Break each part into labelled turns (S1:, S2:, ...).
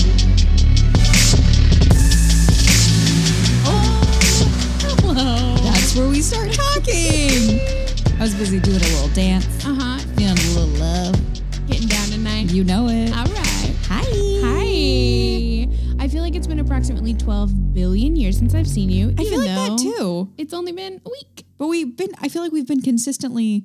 S1: start talking. I was busy doing a little dance,
S2: Uh huh.
S1: feeling a little love.
S2: Getting down tonight.
S1: You know it.
S2: All right.
S1: Hi.
S2: Hi. I feel like it's been approximately 12 billion years since I've seen you.
S1: I feel
S2: even
S1: like that
S2: though
S1: too.
S2: It's only been a week.
S1: But we've been, I feel like we've been consistently,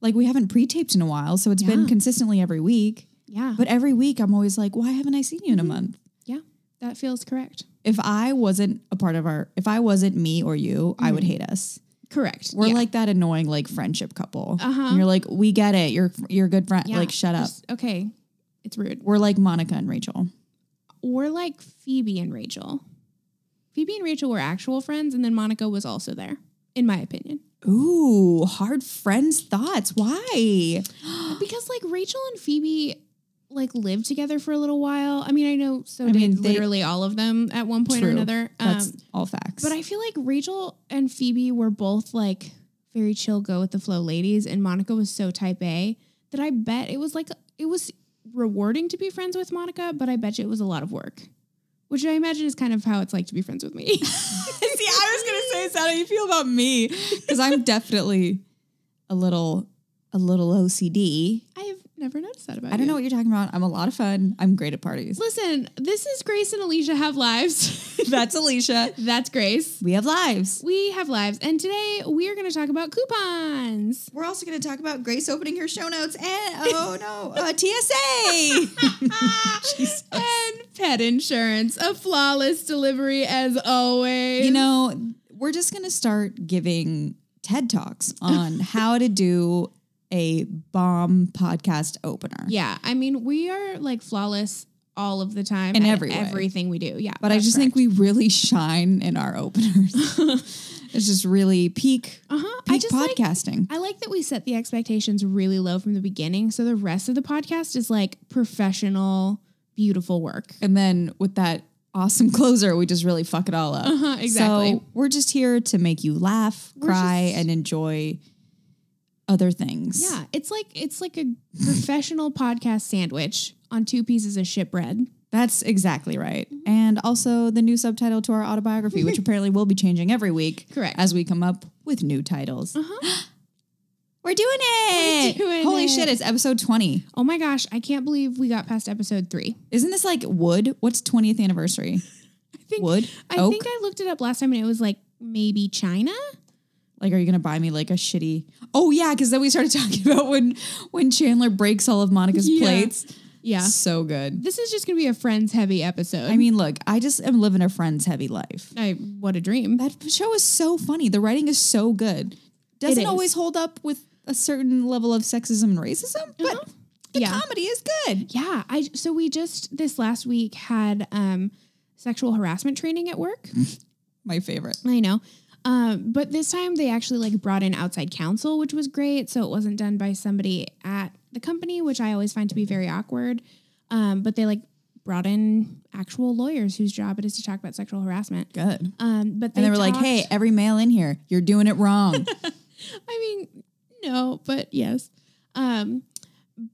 S1: like we haven't pre taped in a while. So it's been
S2: Yeah.
S1: consistently every week.
S2: Yeah.
S1: But every week I'm always like, why haven't I seen you in a month?
S2: yeah, that feels correct.
S1: If I wasn't a part of our, if I wasn't me or you, I would hate us.
S2: Correct.
S1: We're
S2: Yeah.
S1: like that annoying like friendship couple.
S2: Uh-huh.
S1: And you're like, we get it. You're you're a good friend.
S2: Yeah.
S1: Like, shut up.
S2: Just- okay. It's rude.
S1: We're like Monica and Rachel.
S2: We're like Phoebe and Rachel. Phoebe and Rachel were actual friends, and then Monica was also there, in my opinion.
S1: Ooh, hard friends thoughts. Why?
S2: Because like Rachel and Phoebe like lived together for a little while. I mean, I know so
S1: I
S2: did
S1: mean, they-
S2: literally all of them at one point or
S1: True.
S2: another.
S1: That's
S2: Um,
S1: all facts.
S2: but I feel like Rachel and Phoebe were both like very chill, go with the flow ladies, and Monica was so type A that I bet it was like it was rewarding to be friends with Monica, but I bet you it was a lot of work. Which I imagine is kind of how it's like to be friends with me.
S1: see, I was gonna say, is that how you feel about me? Because I'm definitely a little a little OCD.
S2: I have never noticed that about
S1: I don't
S2: you.
S1: know what you're talking about. I'm a lot of fun. I'm great at parties.
S2: Listen, this is Grace and Alicia have lives.
S1: That's Alicia.
S2: That's Grace.
S1: We have lives.
S2: We have lives, and today we are going to talk about coupons.
S1: We're also going to talk about Grace opening her show notes and oh no, uh, TSA.
S2: and pet insurance, a flawless delivery as always.
S1: you know, we're just going to start giving TED Talks on how to do a bomb podcast opener.
S2: yeah, I mean, we are like flawless all of the time
S1: In
S2: at
S1: every way.
S2: everything we do. Yeah,
S1: But I just think we really shine in our openers. it's just really peak,
S2: uh huh. I
S1: peak
S2: just like
S1: podcasting.
S2: I like that we set the expectations really low from the beginning, so the rest of the podcast is like professional, beautiful work.
S1: and then with that awesome closer, we just really fuck it all up.
S2: Uh-huh, exactly.
S1: So we're just here to make you laugh,
S2: We're
S1: cry,
S2: just-
S1: and enjoy other things.
S2: Yeah, it's like it's like a professional podcast sandwich on two pieces of shit bread.
S1: That's exactly right.
S2: Mm-hmm.
S1: And also the new subtitle to our autobiography, which apparently will be changing every week.
S2: Correct.
S1: As we come up with new titles.
S2: Uh-huh.
S1: We're doing it.
S2: doing
S1: Holy
S2: it.
S1: shit, it's episode 20.
S2: Oh my gosh, I can't believe we got past episode three.
S1: Isn't this like wood? What's 20th anniversary?
S2: I think
S1: Wood?
S2: I
S1: Oak?
S2: think I looked it up last time and it was like maybe China.
S1: like, are you gonna buy me like a shitty Oh yeah, because then we started talking about when when Chandler breaks all of Monica's
S2: Yeah.
S1: plates.
S2: Yeah.
S1: So good.
S2: This is just gonna be a friends heavy episode.
S1: I mean, look, I just am living a friend's heavy life.
S2: I what a dream.
S1: That show is so funny. The writing is so good. Doesn't
S2: is.
S1: always hold up with a certain level of sexism and racism, but the
S2: Uh-huh. Yeah.
S1: comedy is good.
S2: Yeah. I so we just this last week had um sexual harassment training at work.
S1: Mm-hmm. My favorite.
S2: I know. Um, but this time they actually like brought in outside counsel, which was great. So it wasn't done by somebody at the company, which I always find to be very awkward. Um, but they like brought in actual lawyers whose job it is to talk about sexual harassment.
S1: Good.
S2: Um, but they
S1: And they were like,
S2: talked-
S1: hey, every male in here, you're doing it wrong.
S2: I mean, no, but yes. Um,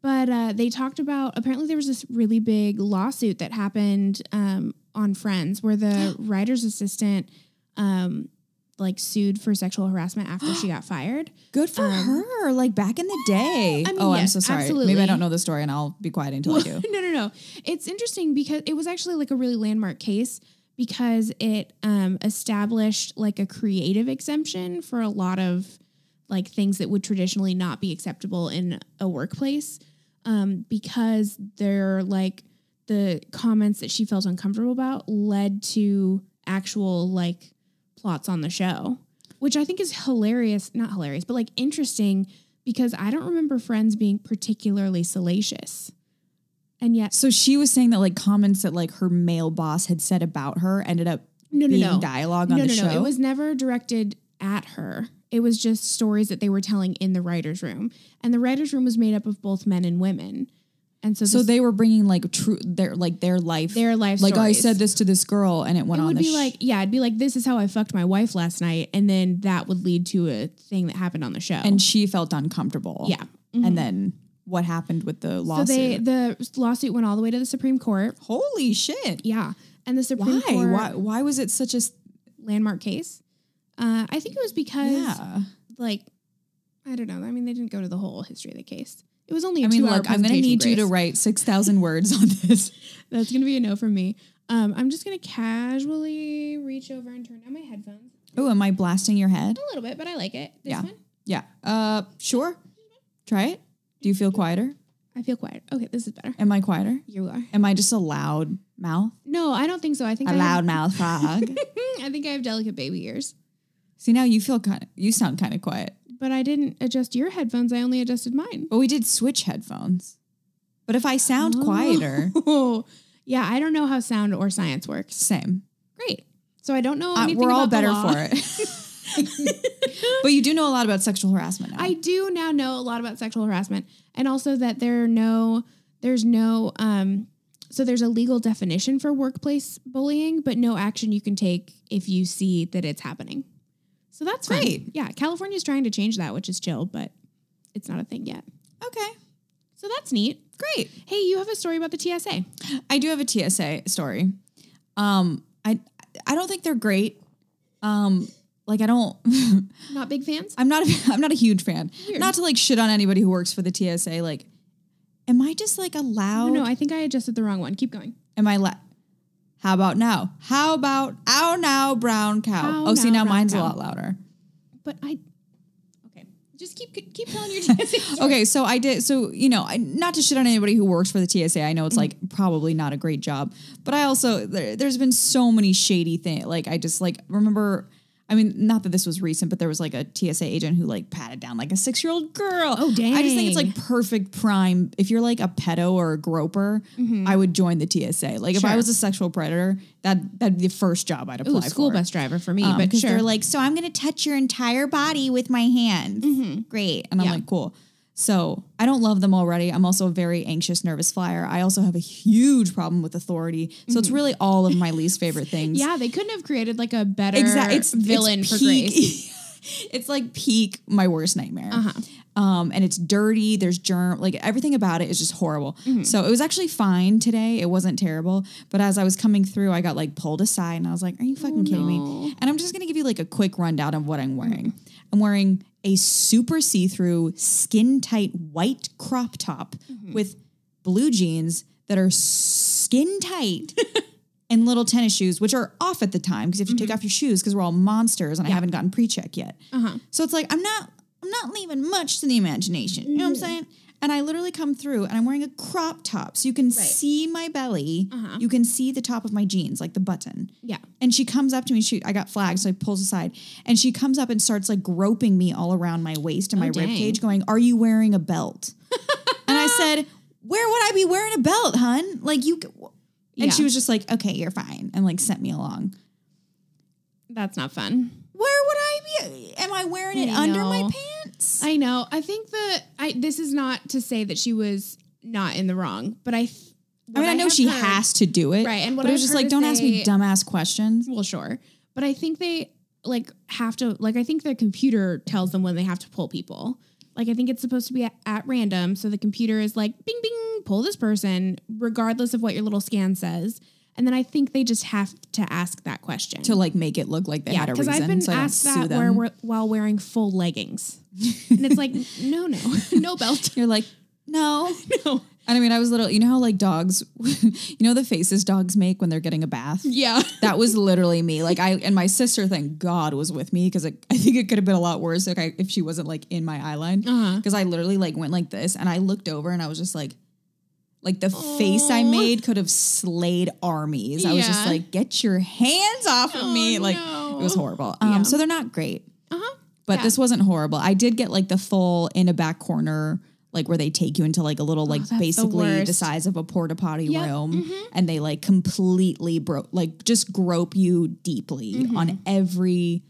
S2: but uh, they talked about apparently there was this really big lawsuit that happened um, on Friends where the writer's assistant um, like sued for sexual harassment after she got fired.
S1: good for her. Like back in the day.
S2: Um, I mean,
S1: oh, I'm
S2: yes,
S1: so sorry.
S2: absolutely.
S1: Maybe I don't know the story and I'll be quiet until I do.
S2: no, no, no. It's interesting because it was actually like a really landmark case because it um, established like a creative exemption for a lot of like things that would traditionally not be acceptable in a workplace um, because they're like the comments that she felt uncomfortable about led to actual like plots on the show which i think is hilarious not hilarious but like interesting because i don't remember friends being particularly salacious and yet
S1: So she was saying that like comments that like her male boss had said about her ended up
S2: no no
S1: being
S2: no
S1: dialogue
S2: no
S1: on
S2: no
S1: the
S2: no
S1: show.
S2: it was never directed at her it was just stories that they were telling in the writers room and the writers room was made up of both men and women and so,
S1: so
S2: this-
S1: they were bringing like true their like their life
S2: their life
S1: like I
S2: stories.
S1: said this to this girl and it went
S2: it
S1: on
S2: would
S1: the
S2: be
S1: sh-
S2: like yeah it'd be like this is how i fucked my wife last night and then that would lead to a thing that happened on the show
S1: and she felt uncomfortable.
S2: oh. yeah Mm-hmm.
S1: And then what happened with the
S2: so
S1: lawsuit?
S2: they the lawsuit went all the way to the supreme court
S1: Holy shit.
S2: yeah and the supreme
S1: Why?
S2: court
S1: Why why was it such a s-
S2: landmark case Uh, I think it was because
S1: yeah.
S2: like I don't know. I mean, they didn't go to the whole history of the case. It was only. I
S1: I mean, look, I'm going to need you to write 6,000 words on this.
S2: That's gonna be a no from me. Um, I'm just gonna casually reach over and turn down my headphones
S1: Oh, am I blasting your head?
S2: a little bit, but I like it. This
S1: Yeah.
S2: one,
S1: Yeah. Uh, sure. Try it. Do you feel quieter?
S2: I feel quiet. Okay, this is better.
S1: Am I quieter?
S2: You are.
S1: Am I just a loud mouth?
S2: No, I don't think so. I think
S1: A
S2: I
S1: loud mouth frog.
S2: Have, I think I have delicate baby ears.
S1: See, now you feel kind of, you sound kind of quiet.
S2: But I didn't adjust your headphones. I only adjusted mine.
S1: But we did switch headphones. But if I sound quieter,
S2: Oh. yeah, I don't know how sound or science works.
S1: same.
S2: Great. So I don't know.
S1: Uh,
S2: anything
S1: we're all
S2: about the
S1: better
S2: law.
S1: for it. but you do know a lot about sexual harassment now.
S2: I do now know a lot about sexual harassment, and also that there are no, there's no, um, so there's a legal definition for workplace bullying, but no action you can take if you see that it's happening. So that's fun.
S1: Great.
S2: Yeah, California's trying to change that, which is chill, but it's not a thing yet.
S1: okay.
S2: So that's neat.
S1: Great.
S2: Hey, you have a story about the TSA.
S1: I do have a TSA story. Um, I I don't think they're great. Um, like I don't.
S2: Not big fans.
S1: I'm not. A, I'm not a huge fan.
S2: Weird.
S1: Not to like shit on anybody who works for the TSA. Like, am I just like allowed?
S2: Oh, No, no, I think I adjusted the wrong one. Keep going.
S1: am I? La- How about now? How about ow now brown cow?
S2: Ow
S1: oh, see now
S2: now, brown
S1: mine's
S2: cow.
S1: a lot louder.
S2: But I, okay, just keep keep telling your TSA. story.
S1: Okay, so I did. So you know, I, not to shit on anybody who works for the TSA. I
S2: Mm-hmm.
S1: know it's like probably not a great job, but I also there, there's been so many shady things. Like I just like remember. I mean, not that this was recent, but there was like a TSA agent who like patted down like a six year old girl.
S2: Oh,
S1: I just think it's
S2: dang.
S1: like perfect prime. If you're like a pedo or a groper, I would join the TSA. Like if I
S2: Mm-hmm. Sure.
S1: was a sexual predator, that that'd be the first job I'd apply
S2: Ooh,
S1: for.
S2: school bus driver for me,
S1: Um,
S2: but
S1: 'cause
S2: sure.
S1: they're like, so I'm going to touch your entire body with my hands. Great. And I'm
S2: Mm-hmm. Yeah.
S1: like, cool. So I don't love them already. I'm also a very anxious, nervous flyer. I also have a huge problem with authority. So
S2: Mm-hmm.
S1: it's really all of my least favorite things.
S2: Yeah, they couldn't have created like a better
S1: Exactly. It's
S2: villain
S1: it's
S2: for
S1: peak-
S2: Grace.
S1: it's like peak my worst nightmare.
S2: Uh-huh.
S1: Um, and it's dirty. There's germ. Like everything about it is just horrible.
S2: Mm-hmm.
S1: So it was actually fine today. It wasn't terrible. But as I was coming through, I got like pulled aside, and I was like, "Are you fucking kidding
S2: Oh, no. Mm-hmm.
S1: me?" And I'm just gonna give you like a quick rundown of what I'm wearing. I'm wearing a super see-through, skin-tight white crop top
S2: Mm-hmm.
S1: with blue jeans that are skin-tight and little tennis shoes, which are off at the time because you have to
S2: Mm-hmm.
S1: take off your shoes because we're all monsters and I haven't gotten pre-check yet.
S2: Uh-huh.
S1: So it's like I'm not I'm not leaving much to the imagination. You know what
S2: Mm-hmm.
S1: I'm saying? And I literally come through and I'm wearing a crop top. So you can see my belly.
S2: Uh-huh.
S1: You can see the top of my jeans, like the button.
S2: Yeah.
S1: And she comes up to me. She I got flagged, so I pulls aside. And she comes up and starts like groping me all around my waist and my
S2: Oh, dang.
S1: rib cage, going, Are you wearing a belt? and I said, Where would I be wearing a belt, hun? Like you and
S2: Yeah.
S1: she was just like, Okay, you're fine, and like sent me along.
S2: That's not fun.
S1: Where would I be? Am I wearing it
S2: I
S1: under my
S2: know.
S1: pants?
S2: I know. I think that I this is not to say that she was not in the wrong, but I th-
S1: I mean,
S2: what
S1: I know
S2: have
S1: she
S2: heard-
S1: has to do it.
S2: Right, and what
S1: but it
S2: I've
S1: was just
S2: heard
S1: like,
S2: is
S1: don't ask me
S2: they-
S1: dumbass questions.
S2: Well, sure. But I think they like have to like I think their computer tells them when they have to pull people. Like I think it's supposed to be at, at random, so the computer is like bing bing pull this person regardless of what your little scan says. And then I think they just have to ask that question.
S1: To like make it look like they
S2: Yeah,
S1: had a
S2: because
S1: reason.
S2: I've been
S1: so I don't
S2: asked
S1: sue
S2: that
S1: them.
S2: where, we're- while wearing full leggings, and it's like, no, no, no belt.
S1: You're like, no.
S2: No.
S1: And I mean, I was little. You know how like dogs, you know the faces dogs make when they're getting a bath.
S2: Yeah,
S1: That was literally me. Like I and my sister, thank God, was with me because I think it could have been a lot worse if, I, if she wasn't like in my eye line.
S2: Uh-huh.
S1: Because I literally like went like this, and I looked over, and I was just like, like the face I
S2: Aw.
S1: made could have slayed armies. I was just
S2: Yeah.
S1: like, get your hands off of
S2: Oh,
S1: me! Like
S2: no.
S1: it was horrible. Um,
S2: Yeah.
S1: so they're not great,
S2: uh huh.
S1: but
S2: Yeah.
S1: this wasn't horrible. I did get like the full in a back corner. Like where they take you into like a little like
S2: Oh, that's the
S1: basically the,
S2: worst.
S1: size of a porta potty
S2: Yep, Mm-hmm.
S1: room, and they like completely broke like just grope you deeply
S2: Mm-hmm.
S1: on every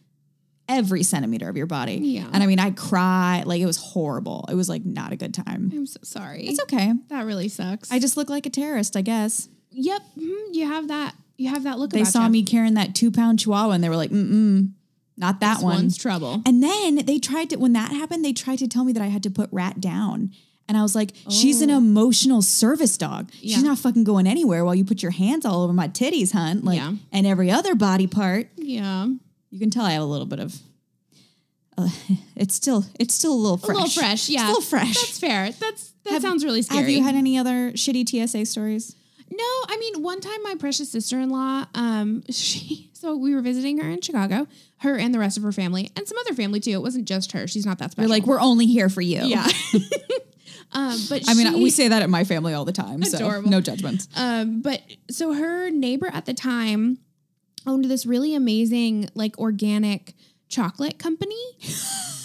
S1: every centimeter of your body.
S2: Yeah.
S1: And I mean, I cried like it was horrible. It was like not a good time.
S2: I'm so sorry.
S1: It's okay.
S2: that really sucks.
S1: I just look like a terrorist, I guess.
S2: yep, mhm, you have that. You have that look.
S1: They
S2: about
S1: saw
S2: ya.
S1: me carrying that two pound chihuahua and they were like, mm mm, not that
S2: This
S1: one.
S2: one's trouble.
S1: And then they tried to, when that happened, they tried to tell me that I had to put Rat down. And I was like, she's an
S2: Oh.
S1: emotional service dog.
S2: Yeah.
S1: She's not fucking going anywhere while you put your hands all over my titties, hun. Like,
S2: Yeah.
S1: and every other body part.
S2: yeah,
S1: You can tell I have a little bit of. Uh, it's still it's still a little fresh.
S2: A little fresh, yeah.
S1: It's a little fresh.
S2: That's fair. That's that
S1: Have-
S2: sounds really scary.
S1: Have you had any other shitty TSA stories?
S2: No, I mean, one time my precious sister in law, um, she so we were visiting her in Chicago, her and the rest of her family, and some other family too. It wasn't just her. She's not that
S1: You're
S2: special.
S1: like, we're only here for you.
S2: yeah. um, but
S1: I mean,
S2: she-
S1: we say that at my family all the time, so
S2: Adorable.
S1: no judgments.
S2: um, but so her neighbor at the time owned this really amazing, like organic chocolate company.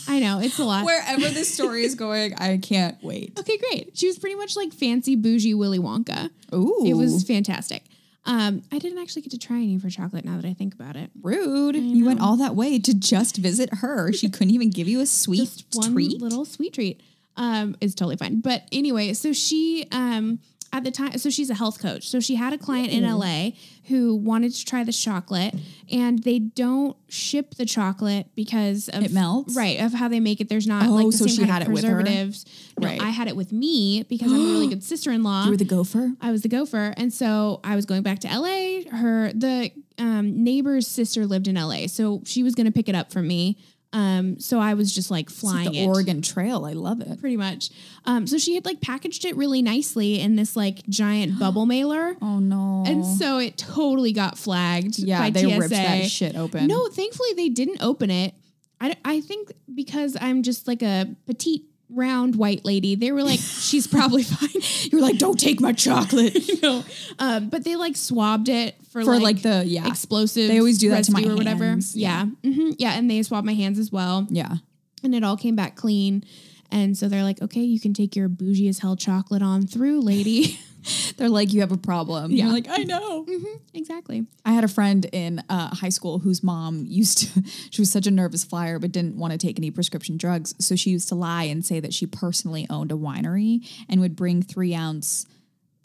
S2: I know it's a lot.
S1: Wherever this story is going, I can't wait.
S2: okay, great. She was pretty much like fancy bougie Willy Wonka.
S1: Ooh,
S2: It was fantastic. Um, I didn't actually get to try any of her chocolate now that I think about it.
S1: rude. You went all that way to just visit her. She couldn't even give you a sweet
S2: just one
S1: treat.
S2: little sweet treat um, is totally fine. But anyway, so she um, at the time, so she's a health coach. So she had a client in LA who wanted to try the chocolate, and they don't ship the chocolate because of
S1: It melts?
S2: right of how they make it. There's not
S1: Oh,
S2: like the
S1: so
S2: same
S1: she
S2: kind
S1: had
S2: of
S1: it with her?
S2: preservatives. No,
S1: Right.
S2: I had it with me because I'm a really good sister-in-law.
S1: you were the gopher.
S2: I was the gopher, and so I was going back to LA. Her the um, neighbor's sister lived in LA, so she was going to pick it up from me. Um, so I was just like
S1: It's like
S2: flying
S1: the
S2: it,
S1: Oregon Trail. I love it.
S2: pretty much. Um, so she had like packaged it really nicely in this like giant bubble mailer,
S1: Oh no.
S2: and so it totally got flagged.
S1: yeah,
S2: by
S1: they ripped that
S2: TSA.
S1: shit open.
S2: No, thankfully they didn't open it. I, I think because I'm just like a petite round white lady, they were like, she's probably fine.
S1: you're like, don't take my chocolate
S2: no. Um, but they like swabbed it for,
S1: for
S2: like,
S1: like, the yeah
S2: explosive.
S1: They always do that to
S2: residue
S1: my
S2: or whatever.
S1: hands.
S2: Yeah, yeah. hmm yeah, and they swabbed my hands as well,
S1: yeah.
S2: and it all came back clean. And so they're like, okay, you can take your bougie as hell chocolate on through, lady.
S1: They're like, you have a problem.
S2: Yeah.
S1: You're like, I know.
S2: exactly.
S1: I had a friend in uh, high school whose mom used to, she was such a nervous flyer, but didn't want to take any prescription drugs. So she used to lie and say that she personally owned a winery and would bring three ounce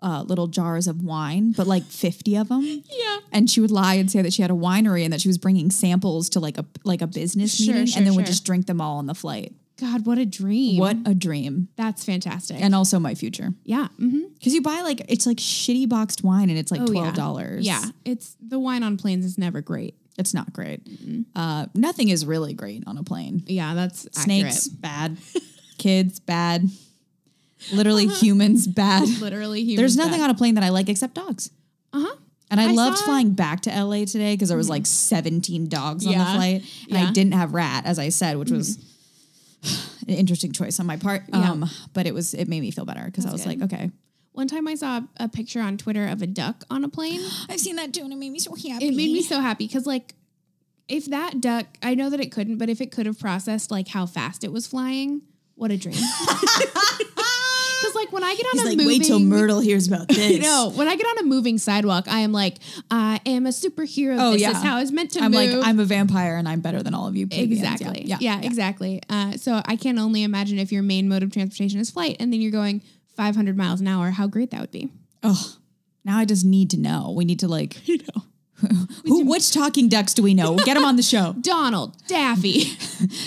S1: uh, little jars of wine, but like 50 of them.
S2: Yeah.
S1: And she would lie and say that she had a winery and that she was bringing samples to like a like a business
S2: Sure,
S1: meeting,
S2: sure,
S1: and then
S2: sure.
S1: would just drink them all on the flight.
S2: God, what a dream.
S1: What a dream!
S2: That's fantastic.
S1: And also my future,
S2: yeah. hmm
S1: because you buy like it's like shitty boxed wine and it's like
S2: Oh, yeah.
S1: twelve dollars.
S2: Yeah. It's the wine on planes is never great.
S1: It's not great. Uh, nothing is really great on a plane.
S2: Yeah, that's
S1: Snakes, bad. Kids, bad. Literally
S2: Uh-huh.
S1: humans, bad.
S2: accurate. Literally, humans
S1: There's nothing on a plane that I like except dogs.
S2: Uh huh.
S1: And I,
S2: I
S1: loved
S2: saw-
S1: flying back to LA today because there was like 17 dogs on
S2: Yeah.
S1: the flight. And
S2: Yeah.
S1: I didn't have rat, as I said, which was an interesting choice on my part.
S2: Yeah.
S1: Um, but it was it made me feel better because I was
S2: That's good.
S1: like, okay.
S2: One time I saw a, a picture on Twitter of a duck on a plane.
S1: I've seen that too, and it made me so happy.
S2: it made me so happy because like if that duck i know that it couldn't but if it could have processed like how fast it was flying what a dream because like when i get on
S1: He's
S2: a
S1: like,
S2: moving
S1: wait till Myrtle hears about this.
S2: you know, when I get on a moving sidewalk, I am like, I am a superhero.
S1: Oh,
S2: this
S1: yeah.
S2: is how I was meant to
S1: I'm
S2: move.
S1: like, I'm a vampire and I'm better than all of you. plebeians. Yeah,
S2: exactly.
S1: Yeah.
S2: yeah, exactly. Uh, so I can only imagine if your main mode of transportation is flight, and then you're going 500 miles an hour, how great that would be.
S1: Oh, now I just need to know. We need to like, you know, who, which talking ducks do we know? Get him on the show.
S2: Donald Daffy,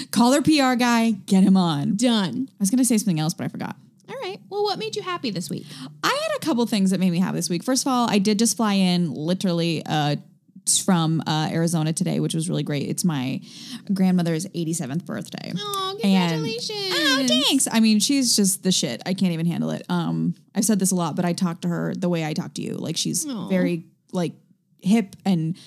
S1: Call our PR guy. Get him on.
S2: done.
S1: I was gonna say something else, but I forgot.
S2: All right. Well, what made you happy this week?
S1: I had a couple things that made me happy this week. First of all, I did just fly in literally uh, t- from uh, Arizona today, which was really great. It's my grandmother's 87th birthday.
S2: Oh,
S1: And-
S2: congratulations!
S1: Oh, thanks. I mean, she's just the shit. I can't even handle it. Um, I've said this a lot, but I talk to her the way I talk to you. Like she's
S2: Aw. Mm-hmm.
S1: very like hip and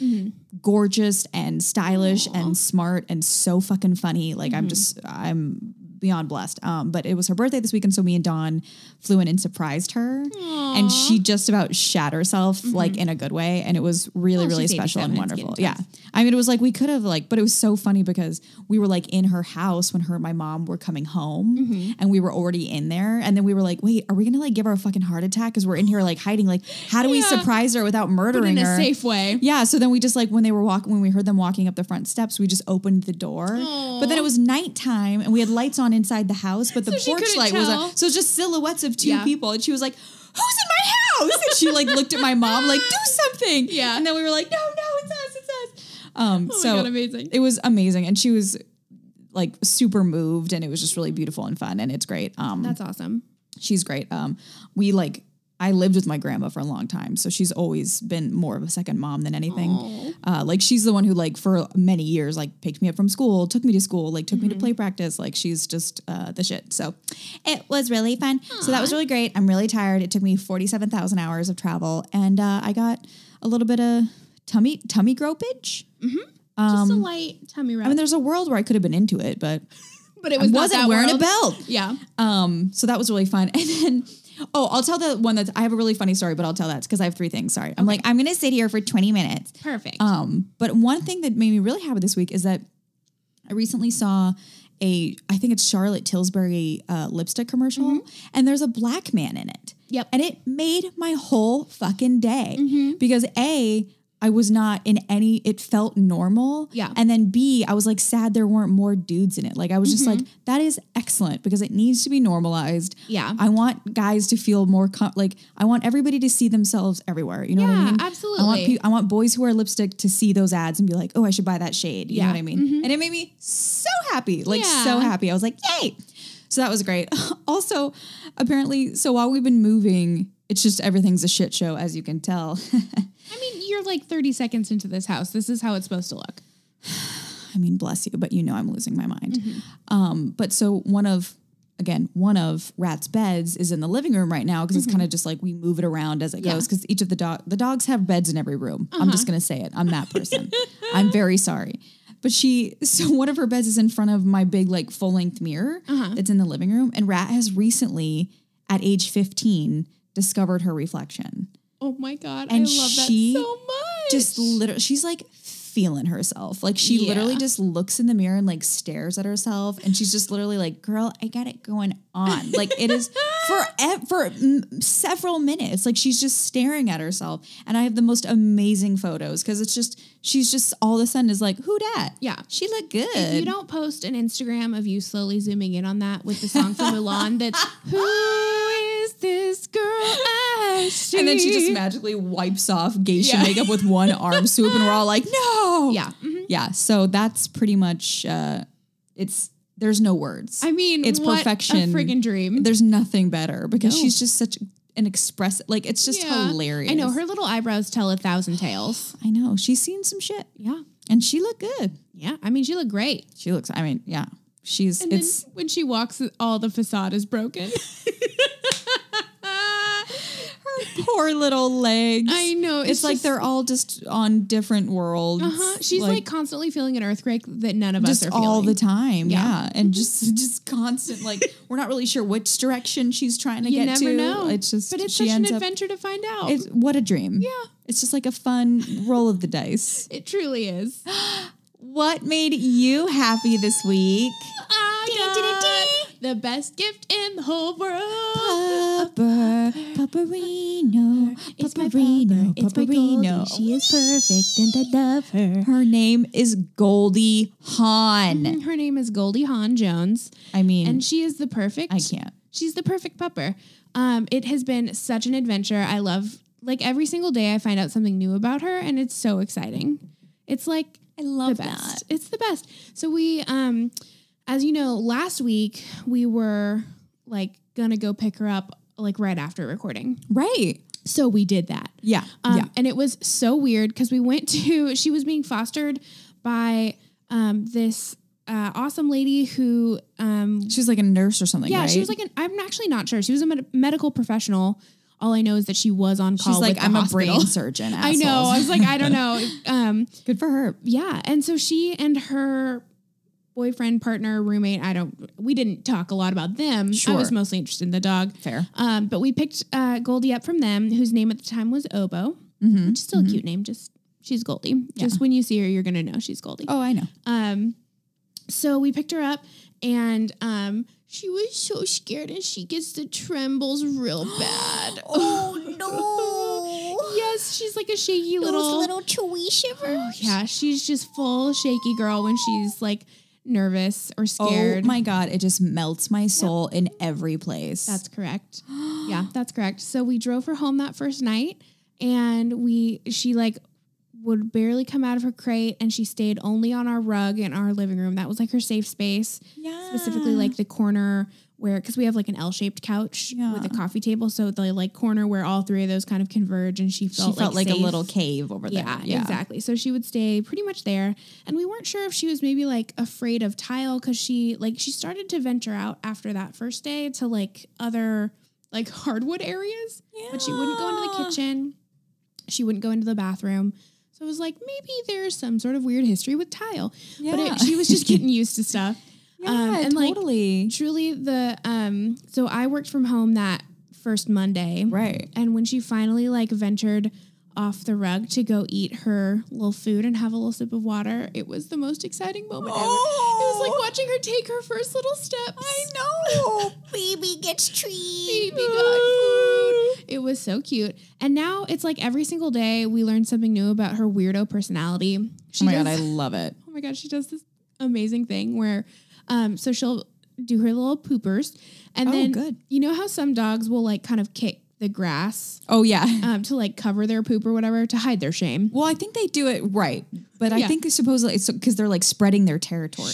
S1: gorgeous and stylish and smart and so fucking funny. Like
S2: Mm-hmm.
S1: I'm just I'm beyond blessed. Um, but it was her birthday this weekend, so me and Dawn flew in and surprised her. And she just about shat herself, like in a good way. And it was really,
S2: Mm-hmm. Well,
S1: really
S2: she's
S1: special
S2: 87,
S1: and
S2: it's
S1: wonderful.
S2: getting
S1: Yeah. I mean, it was like we could have like, but it was so funny because we were like in her house when her and my mom were coming home,
S2: Mm-hmm.
S1: and we were already in there, and then we were like, wait, are we gonna like give her a fucking heart attack because we're in here like hiding? Like, how do we
S2: Yeah.
S1: surprise her without murdering
S2: in a
S1: her?
S2: safe way.
S1: yeah, so then we just like when they were walking, when we heard them walking up the front steps, we just opened the door. But then it was nighttime and we had lights on inside the house, but the
S2: she
S1: porch
S2: couldn't
S1: light was
S2: tell.
S1: on. So it's just silhouettes of two
S2: Yeah.
S1: people. And she was like, Who's in my house? And she like looked at my mom, like, Do something.
S2: Yeah.
S1: And then we were like, No, no, it's us, it's us. Um,
S2: Oh
S1: so
S2: my god, amazing.
S1: it was amazing. And she was like super moved and it was just really beautiful and fun. And it's great. Um,
S2: That's awesome.
S1: she's great. Um, we like I lived with my grandma for a long time, so she's always been more of a second mom than anything. Uh, like she's the one who, like, for many years, like picked me up from school, took me to school, like took me
S2: Mm-hmm.
S1: to play practice. Like she's just uh, the shit. So it was really fun. So that was really great. I'm really tired. It took me forty seven thousand hours of travel, and uh, I got a little bit of tummy tummy gropage.
S2: Just a light tummy rub.
S1: I mean, there's a world where I could have been into it, but
S2: but it
S1: I
S2: was not
S1: wasn't
S2: that
S1: wearing a
S2: world.
S1: belt.
S2: Yeah.
S1: Um, so that was really fun. And then, oh, I'll tell the one that's I have a really funny story, but I'll tell that because I have three things. Sorry, I'm like I'm gonna sit here for 20 minutes.
S2: Perfect.
S1: Um, but one thing that made me really happy this week is that I recently saw a I think it's Charlotte Tilbury uh, lipstick commercial, and there's a black man in it.
S2: Mm-hmm. Yep. Mm-hmm.
S1: and it made my whole fucking day because a I was not in any. It felt normal.
S2: Yeah.
S1: And then B, I was like sad there weren't more dudes in it. Like I was just like that is excellent because it needs to be normalized.
S2: Mm-hmm. Yeah.
S1: I want guys to feel more com- like I want everybody to see themselves everywhere. You know what I
S2: Yeah,
S1: mean? I want
S2: absolutely.
S1: pe- I want boys who wear lipstick to see those ads and be like, oh, I should buy that shade. You
S2: Yeah. Mm-hmm.
S1: know what I mean? And it made me so happy, like
S2: Yeah.
S1: so happy. I was like, yay. So that was great. also, apparently, so while we've been moving, it's just everything's a shit show, as you can tell.
S2: I mean, you're like 30 seconds into this house. This is how it's supposed to look.
S1: I mean, bless you, but you know I'm losing my mind. Um, but so one of again, one of Rat's beds is in the living room right now because it's kind of just like we move it around as it
S2: Yeah.
S1: goes because each of the dog the dogs have beds in every room. I'm just gonna say it. I'm that person. I'm very sorry. But she, so one of her beds is in front of my big, like, full length mirror that's in the living room. And Rat has recently, at age 15, discovered her reflection
S2: Oh my God.
S1: And
S2: I love
S1: she
S2: that so much.
S1: just literally she's like feeling herself like she
S2: Yeah.
S1: literally just looks in the mirror and like stares at herself and she's just literally like girl i got it going on like it is for ev- for m- several minutes like she's just staring at herself and i have the most amazing photos because it's just she's just all of a sudden is like who dat
S2: Yeah.
S1: she look good
S2: If you don't post an Instagram of you slowly zooming in on that with the song from Mulan that's Who is this girl I see?
S1: and then she just magically wipes off geisha
S2: Yeah.
S1: makeup with one arm swoop and we're all like no
S2: Yeah. Mhm.
S1: yeah so that's pretty much uh it's there's no words
S2: I mean,
S1: It's
S2: what
S1: perfection.
S2: A friggin' dream.
S1: there's nothing better because
S2: Mm. No.
S1: she's just such an express like it's just
S2: Yeah.
S1: hilarious
S2: I know her little eyebrows tell a thousand tales.
S1: i know she's seen some shit
S2: Yeah.
S1: and she looked good
S2: Yeah. I mean, she looked great.
S1: she looks i mean yeah she's
S2: And
S1: it's
S2: then when she walks, all the facade is broken.
S1: her poor little legs
S2: I know.
S1: it's, like
S2: just-
S1: they're all just on different worlds
S2: Uh-huh. She's like, constantly feeling an earthquake that none of
S1: just
S2: us are
S1: all the
S2: feeling.
S1: time yeah,
S2: Yeah.
S1: and just just constant like we're not really sure which direction she's trying to
S2: You
S1: get
S2: never
S1: to
S2: know.
S1: it's just
S2: but it's
S1: she
S2: such an
S1: ends up
S2: adventure to find out.
S1: it's what a dream
S2: yeah,
S1: it's just like a fun roll of the dice
S2: it truly is.
S1: Ah, What made you happy this week?
S2: I got Ah, the best gift in the whole world.
S1: Pupper, Pupperino,
S2: It's my
S1: Pupperino,
S2: Pupper. It's my Goldie.
S1: Pupperino.
S2: She is perfect and I love her.
S1: Her name is Goldie Hawn.
S2: Her name is Goldie Hawn Jones,
S1: I mean,
S2: Mm-hmm. and she is the perfect.
S1: I can't.
S2: She's the perfect pupper. Um, it has been such an adventure. I love like every single day I find out something new about her and it's so exciting. It's like I love the best. It's the best. So we um as you know, last week we were like gonna go pick her up like right after recording.
S1: Right.
S2: So we did that.
S1: Yeah.
S2: Um,
S1: yeah.
S2: And it was so weird because we went to, she was being fostered by um, this uh, awesome lady who um,
S1: She was like a nurse or something.
S2: yeah,
S1: right?
S2: she was like an. I'm actually not sure. She was a med- medical professional. All I know is that she was on call.
S1: She's like,
S2: with the
S1: I'm
S2: hospital.
S1: a brain surgeon.
S2: I know. I
S1: assholes."
S2: was like, I don't know. Um,
S1: Good for her.
S2: yeah, and so she and her boyfriend, partner, roommate. I don't. We didn't talk a lot about them. I was
S1: Sure.
S2: mostly interested in the dog.
S1: Fair.
S2: Um, but we picked uh, Goldie up from them, whose name at the time was Obo,
S1: Mm-hmm.
S2: which is still a cute name. Just she's Goldie. Just when you see her, you're gonna know she's Goldie.
S1: Oh, I know.
S2: Um, so we picked her up, and um, she was so scared, and she gets the trembles real bad.
S1: Oh,
S2: yes, she's like a shaky little.
S1: chewy shivers.
S2: yeah, she's just full shaky girl when she's like nervous or scared.
S1: Oh my god, it just melts my soul in every place.
S2: That's correct. yeah, that's correct. So we drove her home that first night, and we she like would barely come out of her crate, and she stayed only on our rug in our living room. That was like her safe space.
S1: yeah.
S2: specifically like the corner where because we have like an L-shaped couch
S1: Yeah.
S2: with a coffee table, so the like corner where all three of those kind of converge, and she
S1: She
S2: felt
S1: felt like, a
S2: safe.
S1: little cave over
S2: Yeah,
S1: there.
S2: exactly. So she would stay pretty much there, and we weren't sure if she was maybe like afraid of tile because she like she started to venture out after that first day to like other like hardwood areas, but she wouldn't go into the
S1: Yeah.
S2: kitchen. She wouldn't go into the bathroom. So I was like, maybe there's some sort of weird history with tile, but
S1: Yeah.
S2: it, she was just getting used to stuff.
S1: Yeah,
S2: Um, and, like,
S1: totally.
S2: Truly, the um. So I worked from home that first Monday,
S1: right.
S2: and when she finally like ventured off the rug to go eat her little food and have a little sip of water, it was the most exciting moment ever. It was
S1: Oh.
S2: like watching her take her first little steps.
S1: know. Baby gets treated.
S2: Baby got food. It was so cute. And now it's like every single day we learn something new about her weirdo personality. She
S1: Oh my
S2: does,
S1: god, I love it.
S2: oh my god, she does this amazing thing where um so she'll do her little poopers and
S1: Oh,
S2: then
S1: good.
S2: you know how some dogs will like kind of kick the grass
S1: Oh yeah.
S2: um, to like cover their poop or whatever to hide their shame.
S1: Well, I think they do it right, but I
S2: Yeah.
S1: think supposedly it's because they're like spreading their territory.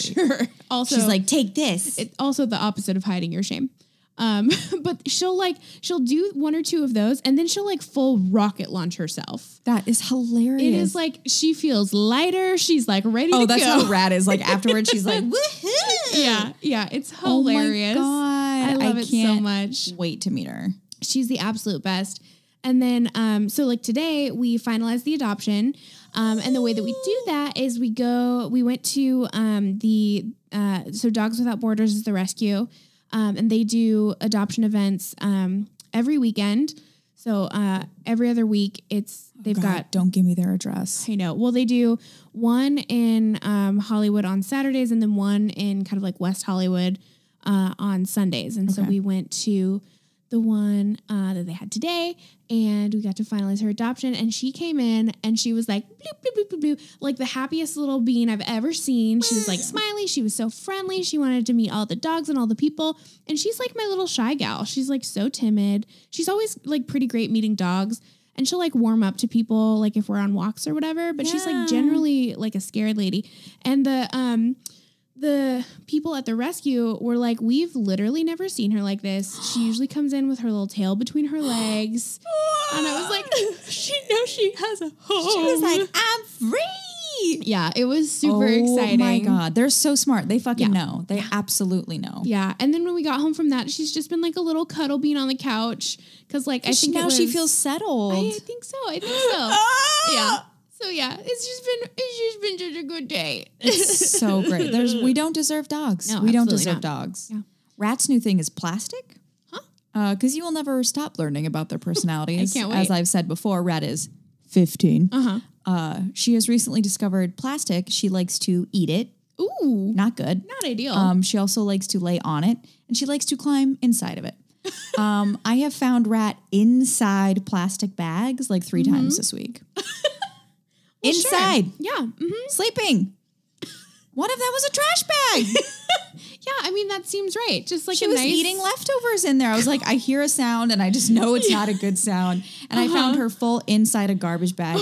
S2: Also,
S1: She's like, take this.
S2: it's also the opposite of hiding your shame. Um, but she'll like she'll do one or two of those, and then she'll like full rocket launch herself.
S1: that is hilarious.
S2: It is like she feels lighter. She's like ready
S1: oh,
S2: to
S1: that's
S2: go.
S1: how Rat is. Like afterwards, she's like, woohoo!
S2: yeah, yeah, it's hilarious.
S1: Oh my
S2: I
S1: god,
S2: love it
S1: can't
S2: so much.
S1: Wait to meet her.
S2: she's the absolute best. And then, um, so like today, we finalized the adoption. Um, and the way that we do that is we go, we went to um, the, uh, so Dogs Without Borders is the rescue. Um, and they do adoption events um, every weekend. So uh, every other week, it's, they've
S1: Oh God,
S2: got
S1: Don't give me their address.
S2: I know. Well, they do one in um, Hollywood on Saturdays and then one in kind of like West Hollywood uh, on Sundays. And so
S1: Okay.
S2: we went to the one uh, that they had today and we got to finalize her adoption. And she came in and she was like, bloop, bloop, bloop, bloop, bloop, like the happiest little bean I've ever seen. She was like smiley. She was so friendly. She wanted to meet all the dogs and all the people. And she's like my little shy gal. She's like so timid. She's always like pretty great meeting dogs and she'll like warm up to people like if we're on walks or whatever but she's
S1: Yeah.
S2: like generally like a scared lady and the um the people at the rescue were like we've literally never seen her like this she usually comes in with her little tail between her legs and i was like she knows she has a home
S1: she was like, I'm free.
S2: yeah it was super
S1: oh
S2: exciting
S1: my god, they're so smart. They fucking know. They absolutely know.
S2: yeah and then when we got home from that she's just been like a little cuddle bean on the couch because like i
S1: She-
S2: think it
S1: now she
S2: was-
S1: feels Ah! settled.
S2: I, I think so i think so yeah. So yeah, it's just been it's just been such a good day.
S1: It's so great. There's we don't deserve dogs.
S2: No,
S1: we don't
S2: absolutely
S1: deserve
S2: not.
S1: dogs.
S2: Yeah.
S1: Rat's new thing is plastic.
S2: Huh?
S1: Because you will never stop learning about their personalities.
S2: I can't
S1: As
S2: wait.
S1: I've said before, Rat is 15.
S2: Uh
S1: Uh, she has recently discovered plastic. She likes to eat it.
S2: huh. Ooh, not,
S1: Not good.
S2: ideal.
S1: Um, she also likes to lay on it and she likes to climb inside of it. um, I have found rat inside plastic bags like 3
S2: Mm-hmm.
S1: times this week.
S2: Well, sure.
S1: inside,
S2: Yeah. hmm
S1: sleeping. One of them was a trash bag.
S2: Yeah. I mean, that seems right. Just like
S1: She
S2: a
S1: was
S2: nice,
S1: eating leftovers in there. I was like, I hear a sound and I just know it's not a good sound. And
S2: Uh-huh.
S1: I found her full inside a garbage bag,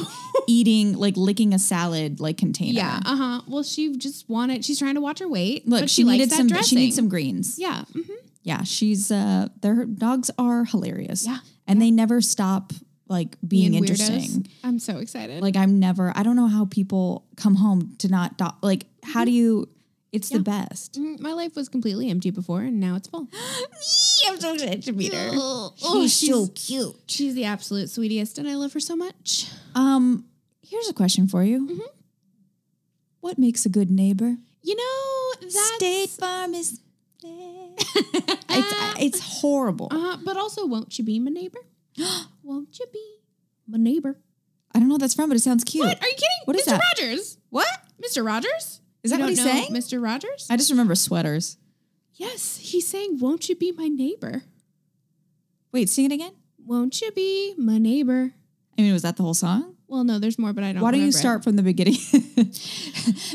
S1: eating, like licking a salad like container.
S2: Yeah. Uh huh. Well, she just wanted. She's trying to watch her weight.
S1: Look,
S2: but
S1: she,
S2: likes
S1: needed
S2: that
S1: some
S2: Dressing.
S1: she needs some greens.
S2: Yeah. hmm
S1: yeah, she's uh their dogs are hilarious.
S2: Yeah,
S1: And they never stop like being, interesting.
S2: I'm so excited.
S1: Like I'm never I don't know how people come home to not do- like how do you it's the best.
S2: Mm, my life was completely empty before, and now it's full.
S1: I'm so excited to meet her.
S2: oh, oh, she's
S1: cute.
S2: she's the absolute sweetest, and I love her so much.
S1: Um here's a question for you. What makes a good neighbor?
S2: You know that's
S1: State Farm is it's it's horrible.
S2: Uh, but also, won't you be my neighbor? won't you be my neighbor?
S1: I don't know what that's from, but it sounds cute.
S2: What? Are you kidding?
S1: What
S2: Mr.
S1: is that?
S2: Rogers.
S1: What?
S2: Mr. Rogers?
S1: Is that what
S2: You don't
S1: he's
S2: know
S1: saying?
S2: Mr. Rogers?
S1: I just remember sweaters.
S2: yes, he's saying, Won't you be my neighbor?
S1: Wait, sing it again.
S2: Won't you be my neighbor?
S1: I mean, was that the whole song?
S2: Well, no, there's more, but I don't
S1: Why don't you
S2: remember it.
S1: start from the beginning?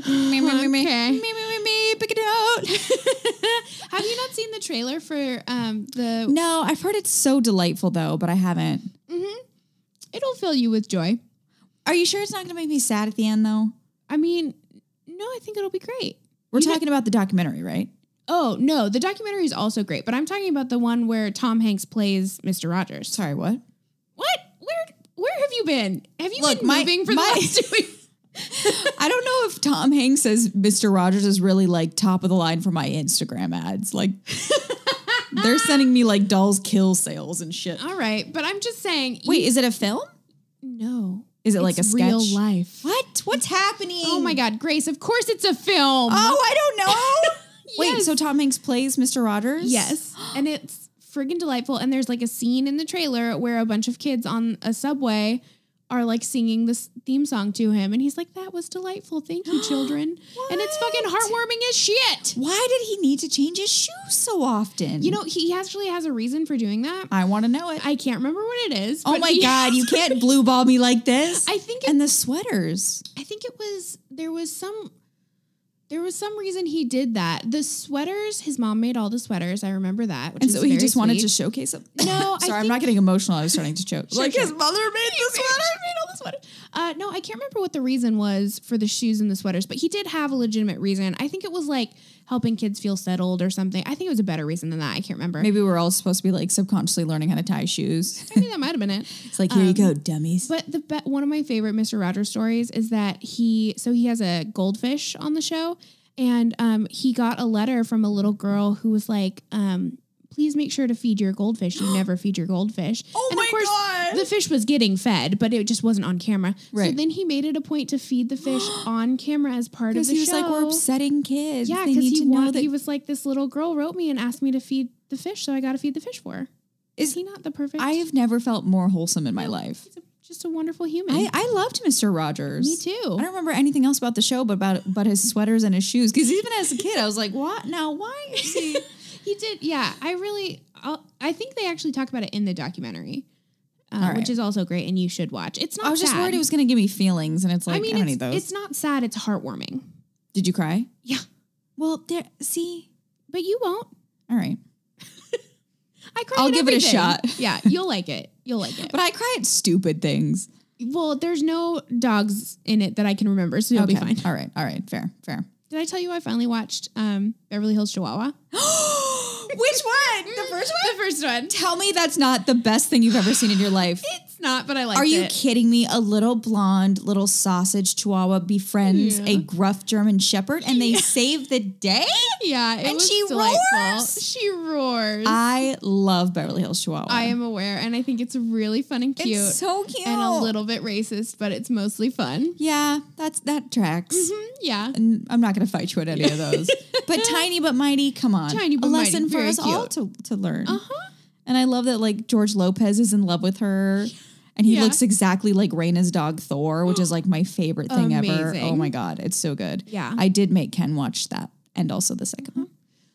S1: me, me, me, me,
S2: Okay.
S1: me, me, me, me, pick it out.
S2: Have you not seen the trailer for um, the.
S1: no, I've heard it's so delightful though, but I haven't.
S2: It'll fill you with joy.
S1: Are you sure it's not going to make me sad at the end though?
S2: I mean, no, I think it'll be great.
S1: We're
S2: You
S1: talking about the documentary, right?
S2: Oh no, the documentary is also great, but I'm talking about the one where Tom Hanks plays Mr. Rogers.
S1: Sorry, what?
S2: What? Where? Where have you been? Have you
S1: Look,
S2: been
S1: my-
S2: moving for
S1: my-
S2: the last two weeks?
S1: I don't know if Tom Hanks as Mr. Rogers is really like top of the line for my Instagram ads. Like they're sending me like dolls kill sales and shit.
S2: All right, but I'm just saying.
S1: Wait, is it a film?
S2: no.
S1: Is it like
S2: It's
S1: a sketch?
S2: Real life.
S1: What? What's happening?
S2: Oh my God, Grace! Of course, it's a film.
S1: Oh, I don't know. Wait,
S2: Yes.
S1: so Tom Hanks plays Mr. Rogers?
S2: Yes. And it's friggin' delightful. And there's like a scene in the trailer where a bunch of kids on a subway are like singing this theme song to him. And he's like, that was delightful. Thank you, children. and it's fucking
S1: What?
S2: heartwarming as shit.
S1: Why did he need to change his shoes so often?
S2: You know, he actually has a reason for doing that.
S1: I want to know it.
S2: I can't remember what it is.
S1: oh
S2: but
S1: my
S2: he-
S1: god, you can't blue ball me like this.
S2: I think it,
S1: and the sweaters.
S2: I think it was there was some there was some reason he did that. The sweaters, his mom made all the sweaters. I remember that. Which
S1: And
S2: is
S1: so he
S2: very
S1: just wanted
S2: sweet.
S1: to showcase them.
S2: No, I
S1: sorry, I'm
S2: think-
S1: not getting emotional. I was starting to choke.
S2: Sure,
S1: like
S2: sure.
S1: his mother made the sweater.
S2: made all the sweaters. Uh, no, I can't remember what the reason was for the shoes and the sweaters, but he did have a legitimate reason. I think it was like helping kids feel settled or something. I think it was a better reason than that. I can't remember. Maybe,
S1: Maybe we're all supposed to be like subconsciously learning how to tie shoes.
S2: that might have been it.
S1: It's like here you go, dummies.
S2: Um, But the be- one of my favorite Mr. Rogers stories is that he so he has a goldfish on the show, and um, he got a letter from a little girl who was like, um, "Please make sure to feed your goldfish. You never feed your goldfish."
S1: Oh
S2: and
S1: my God.
S2: The fish was getting fed, but it just wasn't on camera. So
S1: Right.
S2: then he made it a point to feed the fish on camera as part of
S1: Because
S2: the
S1: he was
S2: show.
S1: like, we're upsetting kids.
S2: yeah,
S1: they
S2: because
S1: need
S2: he
S1: to know
S2: want,
S1: that.
S2: he was like, "This little girl wrote me and asked me to feed the fish, so I got to feed the fish for." her." Is
S1: Is-
S2: he not the perfect?
S1: I have never felt more wholesome in my life.
S2: he's a, just a wonderful human.
S1: I, I loved Mr. Rogers.
S2: me too.
S1: I don't remember anything else about the show, but about but his sweaters and his shoes. Because even as a kid, I was like, "What? Now why?" is he-
S2: He did, yeah. I really, I'll, I think they actually talk about it in the documentary, uh,
S1: All right.
S2: which is also great, and you should watch. It's not.
S1: I was just
S2: sad.
S1: worried it was going to give me feelings, and it's like,
S2: I
S1: I,
S2: mean,
S1: don't
S2: it's,
S1: need those.
S2: it's not sad. It's heartwarming.
S1: Did you cry?
S2: Yeah,
S1: Well, there. See,
S2: but you won't.
S1: all right,
S2: I cry.
S1: I'll
S2: at
S1: give it a
S2: everything.
S1: shot.
S2: yeah, you'll like it. You'll like it.
S1: but I cry at stupid things.
S2: well, there's no dogs in it that I can remember, so you'll be fine.
S1: All right. All right. Fair. Fair.
S2: Did I tell you I finally watched um, Beverly Hills Chihuahua?
S1: Which one? The first one.
S2: The first one.
S1: Tell me that's not the best thing you've ever seen in your life.
S2: It's not, but I like.
S1: Are you
S2: it.
S1: kidding me? A little blonde, little sausage chihuahua befriends
S2: Yeah.
S1: a gruff German shepherd and they save the day?
S2: Yeah, it
S1: And
S2: was
S1: she
S2: delightful.
S1: roars?
S2: She roars.
S1: I love Beverly Hills Chihuahua.
S2: I am aware, and I think it's really fun and cute.
S1: It's so cute.
S2: and a little bit racist, but it's mostly fun.
S1: Yeah, that's that tracks.
S2: Mm-hmm. Yeah.
S1: And I'm not going to fight you at any of those. but tiny but mighty, come on.
S2: Tiny but
S1: a
S2: mighty,
S1: lesson for
S2: very
S1: us all to, to learn.
S2: Uh-huh.
S1: And I love that like George Lopez is in love with her. And he
S2: Yeah.
S1: looks exactly like Raina's dog Thor, which is like my favorite thing ever. Oh
S2: Amazing.
S1: my god, it's so good.
S2: Yeah.
S1: I did make Ken watch that and also the second one.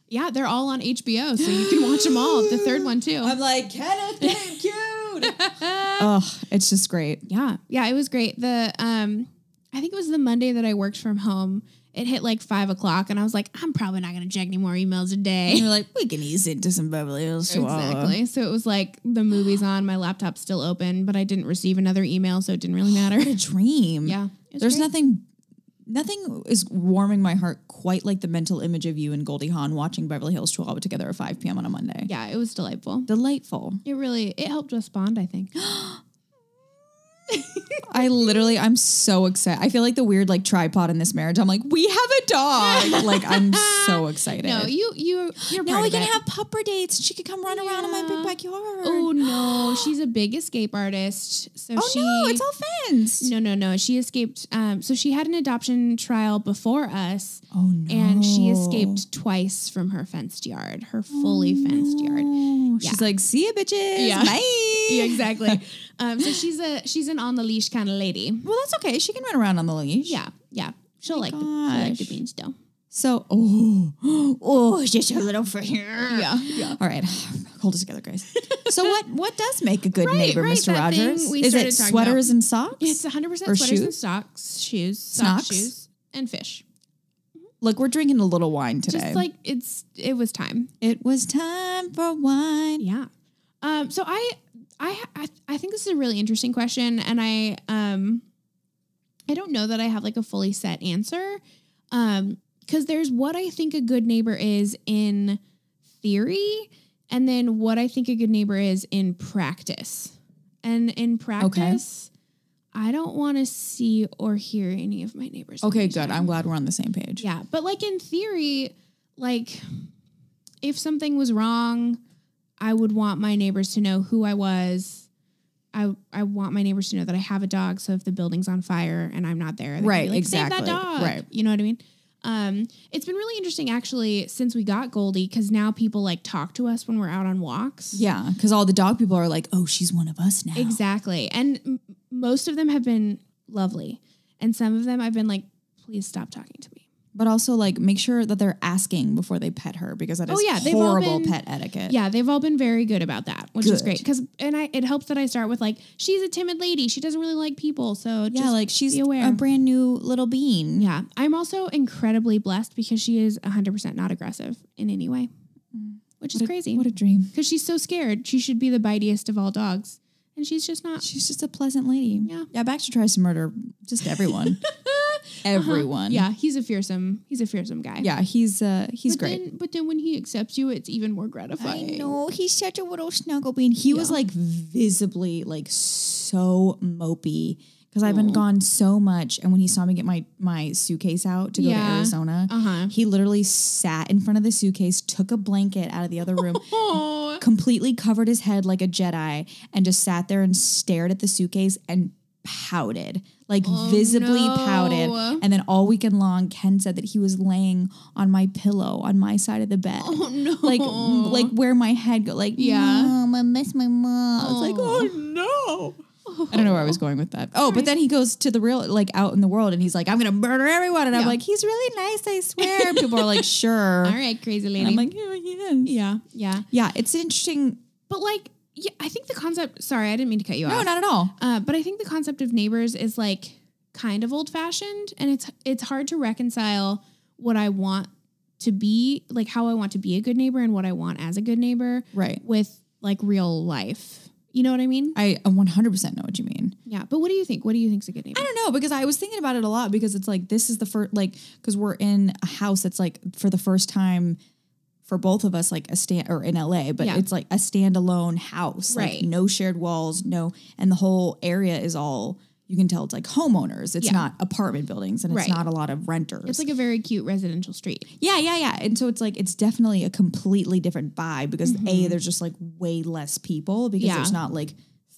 S2: Yeah, they're all on HBO, so you can watch them all. The third one too.
S1: like, Kenneth getting cute. oh, it's just great.
S2: yeah. Yeah, it was great. The um I think it was the Monday that I worked from home. It hit like five o'clock and I was like, I'm probably not gonna check any more emails a
S1: And
S2: day.
S1: you're like, we can ease into some Beverly Hills Chihuahua.
S2: Exactly. So it was like the movie's on, my laptop's still open, but I didn't receive another email, so it didn't really matter.
S1: What a dream.
S2: yeah. it was
S1: There's
S2: great.
S1: nothing nothing is warming my heart quite like the mental image of you and Goldie Hawn watching Beverly Hills Chihuahua together at 5 p.m. on a Monday.
S2: Yeah, it was delightful.
S1: Delightful.
S2: It really it helped us bond, I think.
S1: I literally, I'm so excited. I feel like the weird like tripod in this marriage. I'm like, we have a dog. like, I'm so excited.
S2: No, you you you're
S1: now
S2: part
S1: we
S2: of
S1: can
S2: it.
S1: have pupper dates. She could come run around in my
S2: Yeah.
S1: big backyard.
S2: Oh no, she's a big escape artist. So
S1: Oh,
S2: she
S1: no, it's all fenced.
S2: no, no, no. She escaped. Um, so she had an adoption trial before us,
S1: Oh no.
S2: and she escaped twice from her fenced yard, her fully fenced yard.
S1: Oh,
S2: Yeah.
S1: She's like, see ya, bitches.
S2: Yeah.
S1: Bye.
S2: Yeah, exactly. um, so she's a she's an on the leash kind of lady.
S1: Well, that's okay. She can run around on the leash.
S2: Yeah, yeah. She'll like the, she'll like the
S1: gosh.
S2: beans though.
S1: So, oh, oh, just a little for here.
S2: Yeah, yeah.
S1: All right, hold it together, Grace. so, what what does make a good
S2: Right,
S1: neighbor,
S2: right,
S1: Mr.
S2: that thing
S1: Rogers?
S2: we
S1: Is
S2: started
S1: it
S2: talking
S1: sweaters and socks?
S2: It's 100 percent
S1: Or
S2: sweaters and
S1: shoes?
S2: socks, shoes, socks,
S1: Snocks?
S2: shoes, and fish.
S1: Look, we're drinking a little wine today.
S2: Just like it's it was time.
S1: it was time for wine.
S2: Yeah. Um, so I, I, I, I think this is a really interesting question, and I, um, I don't know that I have like a fully set answer. Um, because there's what I think a good neighbor is in theory, and then what I think a good neighbor is in practice. And in practice, I don't want to see or hear any of my neighbors.
S1: Okay,
S2: neighbors
S1: good. I'm glad we're on the same page.
S2: yeah, but like in theory, like if something was wrong, I would want my neighbors to know who I was. I I want my neighbors to know that I have a dog. So if the building's on fire and I'm not there, they can be
S1: Right,
S2: like, Save
S1: exactly,
S2: that dog.
S1: right.
S2: You know what I mean? Um, it's been really interesting actually since we got Goldie because now people like talk to us when we're out on walks.
S1: Yeah, because all the dog people are like, oh, she's one of us now.
S2: Exactly. And m- most of them have been lovely. And some of them I've been like, please stop talking to me.
S1: But also, like, make sure that they're asking before they pet her because that is
S2: Oh, yeah, they've all
S1: horrible
S2: been-
S1: pet etiquette.
S2: Yeah, they've all been very good about that, which is
S1: Good.
S2: great. Because and I it helps that I start with like she's a timid lady. She doesn't really like people, so
S1: Yeah,
S2: just
S1: like she's
S2: be aware.
S1: a brand new little bean.
S2: yeah, I'm also incredibly blessed because she is 100% not aggressive in any way, which is
S1: Mm. What a-
S2: crazy.
S1: What a dream.
S2: Because she's so scared, she should be the biteiest of all dogs, and she's just not.
S1: She's just a pleasant lady.
S2: Yeah.
S1: Yeah, Uh-huh. Baxter tries to murder just everyone. everyone.
S2: Yeah, he's a fearsome. He's a fearsome guy.
S1: Yeah, he's uh he's
S2: but
S1: great.
S2: Then, but then when he accepts you, it's even more gratifying.
S1: he's such a little snuggle bean. He was
S2: Yeah.
S1: like visibly like so mopey because I've been
S2: Aw.
S1: gone so much. And when he saw me get my my suitcase out to go to
S2: Yeah.
S1: Arizona,
S2: Uh huh.
S1: he literally sat in front of the suitcase, took a blanket out of the other room,
S2: Oh,
S1: completely covered his head like a Jedi, and just sat there and stared at the suitcase and pouted, like
S2: Oh,
S1: visibly
S2: no.
S1: pouted. And then all weekend long, Ken said that he was laying on my pillow on my side of the bed
S2: oh no!
S1: like m- like where my head go like
S2: Yeah.
S1: mom i miss my mom it's like
S2: Aw.
S1: oh no i don't know where i was going with that oh but then he goes to the real like out in the world and he's like i'm gonna murder everyone and i'm
S2: Yeah.
S1: like he's really nice i swear And people are like sure
S2: all right, crazy lady.
S1: and i'm like yeah he is."
S2: Yeah, yeah.
S1: yeah it's interesting
S2: But like, yeah, I think the concept. Sorry, I didn't mean to cut you
S1: no
S2: off.
S1: not at all
S2: Uh, but I think the concept of neighbors is like kind of old fashioned, and it's it's hard to reconcile what I want to be, like how I want to be a good neighbor and what I want as a good neighbor,
S1: right
S2: with like real life. You know what I mean?
S1: I, I 100% know what you mean
S2: yeah. But what do you think? What do you think's a good neighbor?
S1: I don't know because I was thinking about it a lot because it's like this is the first like because we're in a house that's like for the first time for both of us like a stand or in LA but
S2: Yeah.
S1: it's like a standalone house like,
S2: Right.
S1: no shared walls no and the whole area is all you can tell it's like homeowners it's
S2: Yeah.
S1: not apartment buildings and it's
S2: Right.
S1: not a lot of renters
S2: It's like a very cute residential street.
S1: yeah yeah yeah and so it's like it's definitely a completely different vibe because a there's just like way less people because
S2: Mm-hmm. Yeah.
S1: there's not like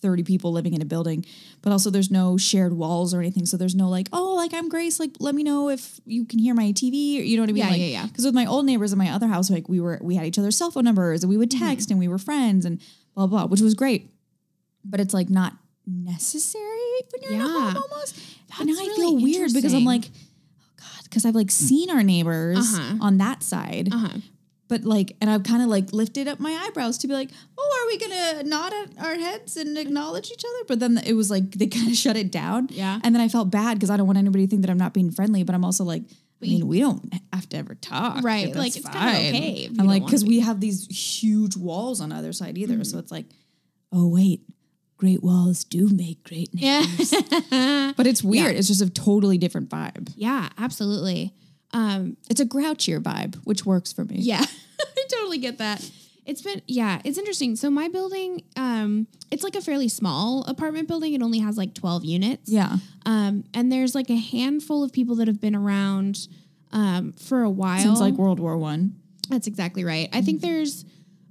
S1: 30 people living in a building but also there's no shared walls or anything so there's no like oh like i'm grace like let me know if you can hear my tv or you know what i mean
S2: Yeah,
S1: like
S2: yeah, yeah.
S1: because with my old neighbors in my other house like we were we had each other's cell phone numbers and we would
S2: Mm-hmm.
S1: text and we were friends and blah blah which was great but it's like not necessary when you're in
S2: Yeah.
S1: a home almost
S2: That's
S1: and now i feel
S2: really
S1: weird because i'm
S2: interesting.
S1: like God, because I've like seen our neighbors
S2: Uh-huh.
S1: on that side,
S2: Uh huh.
S1: but like, and I've kind of like lifted up my eyebrows to be like, oh, are we gonna nod at our heads and acknowledge each other? But then it was like they kind of shut it down.
S2: Yeah.
S1: And then I felt bad because I don't want anybody to think that I'm not being friendly, but I'm also like, I mean, we don't have to ever talk.
S2: Right,
S1: That's
S2: like, it's kinda okay if you
S1: I'm
S2: don't
S1: like,
S2: wanna Mm-hmm.
S1: because we have these huge walls on either side either. So it's like, oh, wait, great walls do make great neighbors.
S2: Yeah.
S1: But it's weird. It's just a totally different vibe.
S2: yeah. Absolutely. Um,
S1: It's a grouchier vibe, which works for me.
S2: Yeah, I totally get that. It's been yeah, it's interesting. So my building, um, it's like a fairly small apartment building. It only has like twelve units.
S1: Yeah.
S2: Um, and there's like a handful of people that have been around um for a while.
S1: Since like World War One.
S2: that's exactly right. I think there's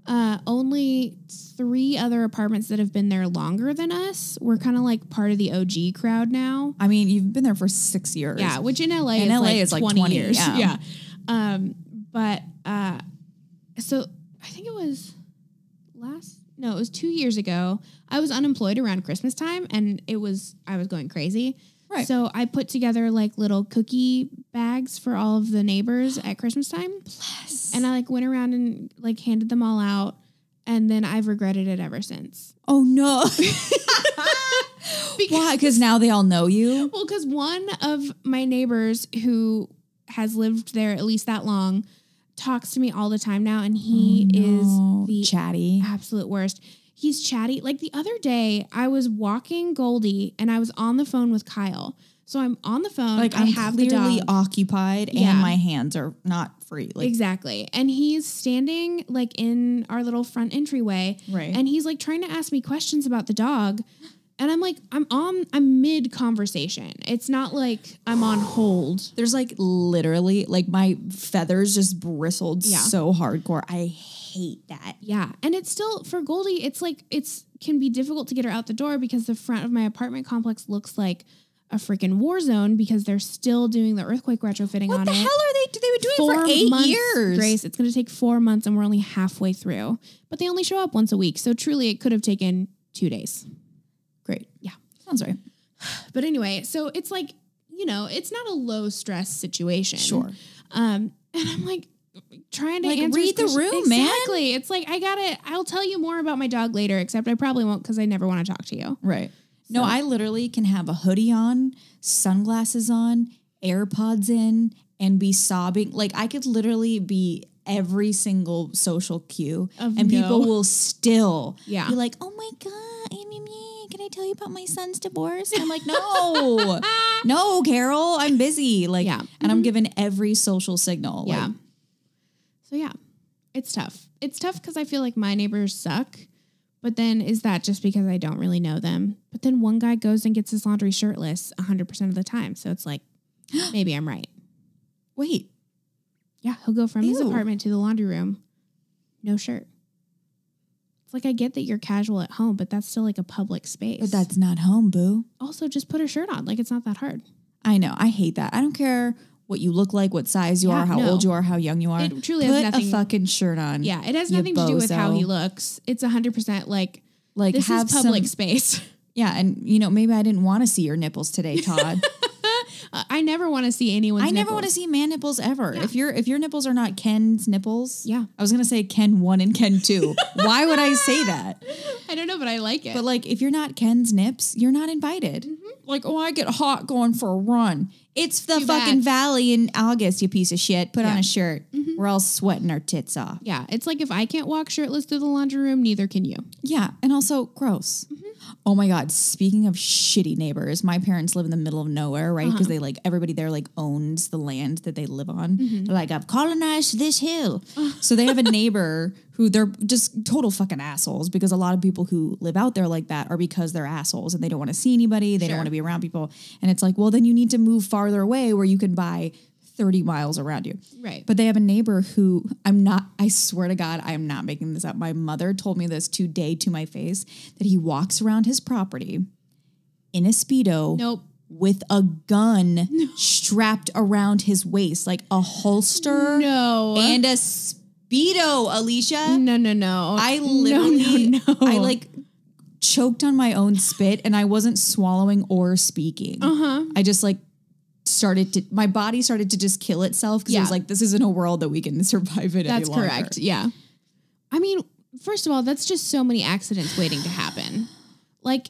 S2: uh only three other apartments that have been there longer than us. We're kind of like part of the OG crowd now.
S1: I mean, you've been there for six years.
S2: Yeah, which in LA
S1: In
S2: is
S1: LA
S2: like
S1: is, like,
S2: 20,
S1: 20,
S2: years.
S1: yeah.
S2: Um, but uh, so I think it was last no, it was 2 years ago. I was unemployed around Christmas time and it was I was going crazy.
S1: Right.
S2: So I put together like little cookie bags for all of the neighbors at Christmas time and I like went around and like handed them all out and then I've regretted it ever since.
S1: oh no.
S2: Because
S1: Why? Because now they all know you.
S2: Well, because one of my neighbors who has lived there at least that long talks to me all the time now, and he
S1: Oh, No.
S2: is the
S1: chatty.
S2: absolute worst. He's chatty. Like the other day, I was walking Goldie and I was on the phone with Kyle. So I'm on the phone.
S1: Like
S2: I
S1: I'm
S2: have the
S1: clearly
S2: dog.
S1: occupied
S2: Yeah.
S1: and my hands are not free. Like
S2: exactly. And he's standing like in our little front entryway.
S1: Right.
S2: And he's like trying to ask me questions about the dog. And I'm like, I'm on, I'm mid conversation. It's not like I'm on hold.
S1: there's like literally like my feathers just bristled
S2: Yeah.
S1: so hardcore. I hate that.
S2: Yeah. And it's still for Goldie, it's like it's can be difficult to get her out the door because the front of my apartment complex looks like a freaking war zone because they're still doing the earthquake retrofitting on
S1: What the
S2: it.
S1: hell are they? They were doing it for eight years.
S2: Grace, it's going to take four months, and we're only halfway through. But they only show up once a week, so truly, it could have taken two days.
S1: Great.
S2: Yeah.
S1: Sounds right.
S2: But anyway, so it's like you know, it's not a low stress situation. Um, and I'm like trying to
S1: Like,
S2: answer
S1: read
S2: his
S1: the
S2: question-
S1: room, man.
S2: Exactly. It's like I gotta. I'll tell you more about my dog later. Except I probably won't because I never want to talk to you.
S1: Right. No, I literally can have a hoodie on, sunglasses on, AirPods in, and be sobbing. Like I could literally be every single social cue,
S2: Of
S1: and people
S2: no.
S1: will still
S2: Yeah.
S1: be like, "Oh my god, eh, meh, meh, can I tell you about my son's divorce?" And I'm like, "No, no, Carol, I'm busy." Like,
S2: Yeah.
S1: and I'm given every social signal.
S2: Yeah.
S1: Like,
S2: So yeah, it's tough. It's tough because I feel like my neighbors suck. But then is that just because I don't really know them? But then one guy goes and gets his laundry shirtless 100% of the time. So it's like, maybe I'm right.
S1: wait,
S2: Yeah, he'll go from his
S1: Ew.
S2: apartment to the laundry room, no shirt. It's like I get that you're casual at home, but that's still like a public space.
S1: but that's not home, boo.
S2: also just put a shirt on. Like it's not that hard.
S1: I know. I hate that. I don't care what you look like, what size you
S2: Yeah,
S1: are, how
S2: no.
S1: old you are, how young you are.
S2: It truly
S1: Put
S2: has nothing.
S1: a fucking shirt on.
S2: yeah, it has
S1: you
S2: nothing to do with how
S1: bozo.
S2: he looks. It's 100% like,
S1: Like
S2: this
S1: have
S2: is public
S1: some.
S2: space.
S1: Yeah, and you know maybe I didn't want to see your nipples today, Todd.
S2: I I never want to see anyone.
S1: I never want to see man nipples ever. If your if your nipples are not Ken's nipples,
S2: Yeah.
S1: I was gonna say Ken one and Ken two. Why would I say that?
S2: I don't know, but I like it. Mm-hmm.
S1: But like, if you're not Ken's nips, you're not invited. Like, oh, I get hot going for a run. It's the
S2: Too bad.
S1: fucking valley in August, you piece of shit. Put on
S2: Yeah. Mm-hmm.
S1: a shirt. We're all sweating our tits off.
S2: yeah, it's like if I can't walk shirtless through the laundry room, neither can you.
S1: Yeah, and also gross. Oh my god, speaking of shitty neighbors, my parents live in the middle of nowhere, right? Because they like everybody there like owns the land that they live on. They're like, I've colonized this hill. so they have a neighbor who they're just total fucking assholes because a lot of people who live out there like that are because they're assholes and they don't want to see anybody, they
S2: Sure.
S1: don't want to be around people. And it's like, well, then you need to move farther away where you can buy 30 miles around you.
S2: Right.
S1: But they have a neighbor who I'm not, I swear to God, I am not making this up. My mother told me this today to my face that he walks around his property in a Speedo
S2: nope.
S1: with a gun strapped around his waist, like a holster
S2: No.
S1: and a Speedo, Alicia.
S2: no, no, no.
S1: I
S2: No,
S1: literally,
S2: no, no.
S1: I like choked on my own spit and I wasn't swallowing or speaking.
S2: Uh-huh.
S1: I just like started to, my body started to just kill itself because I
S2: Yeah.
S1: was like, this isn't a world that we can survive in.
S2: That's
S1: any longer.
S2: correct. Yeah. I mean, first of all, that's just so many accidents waiting to happen. Like,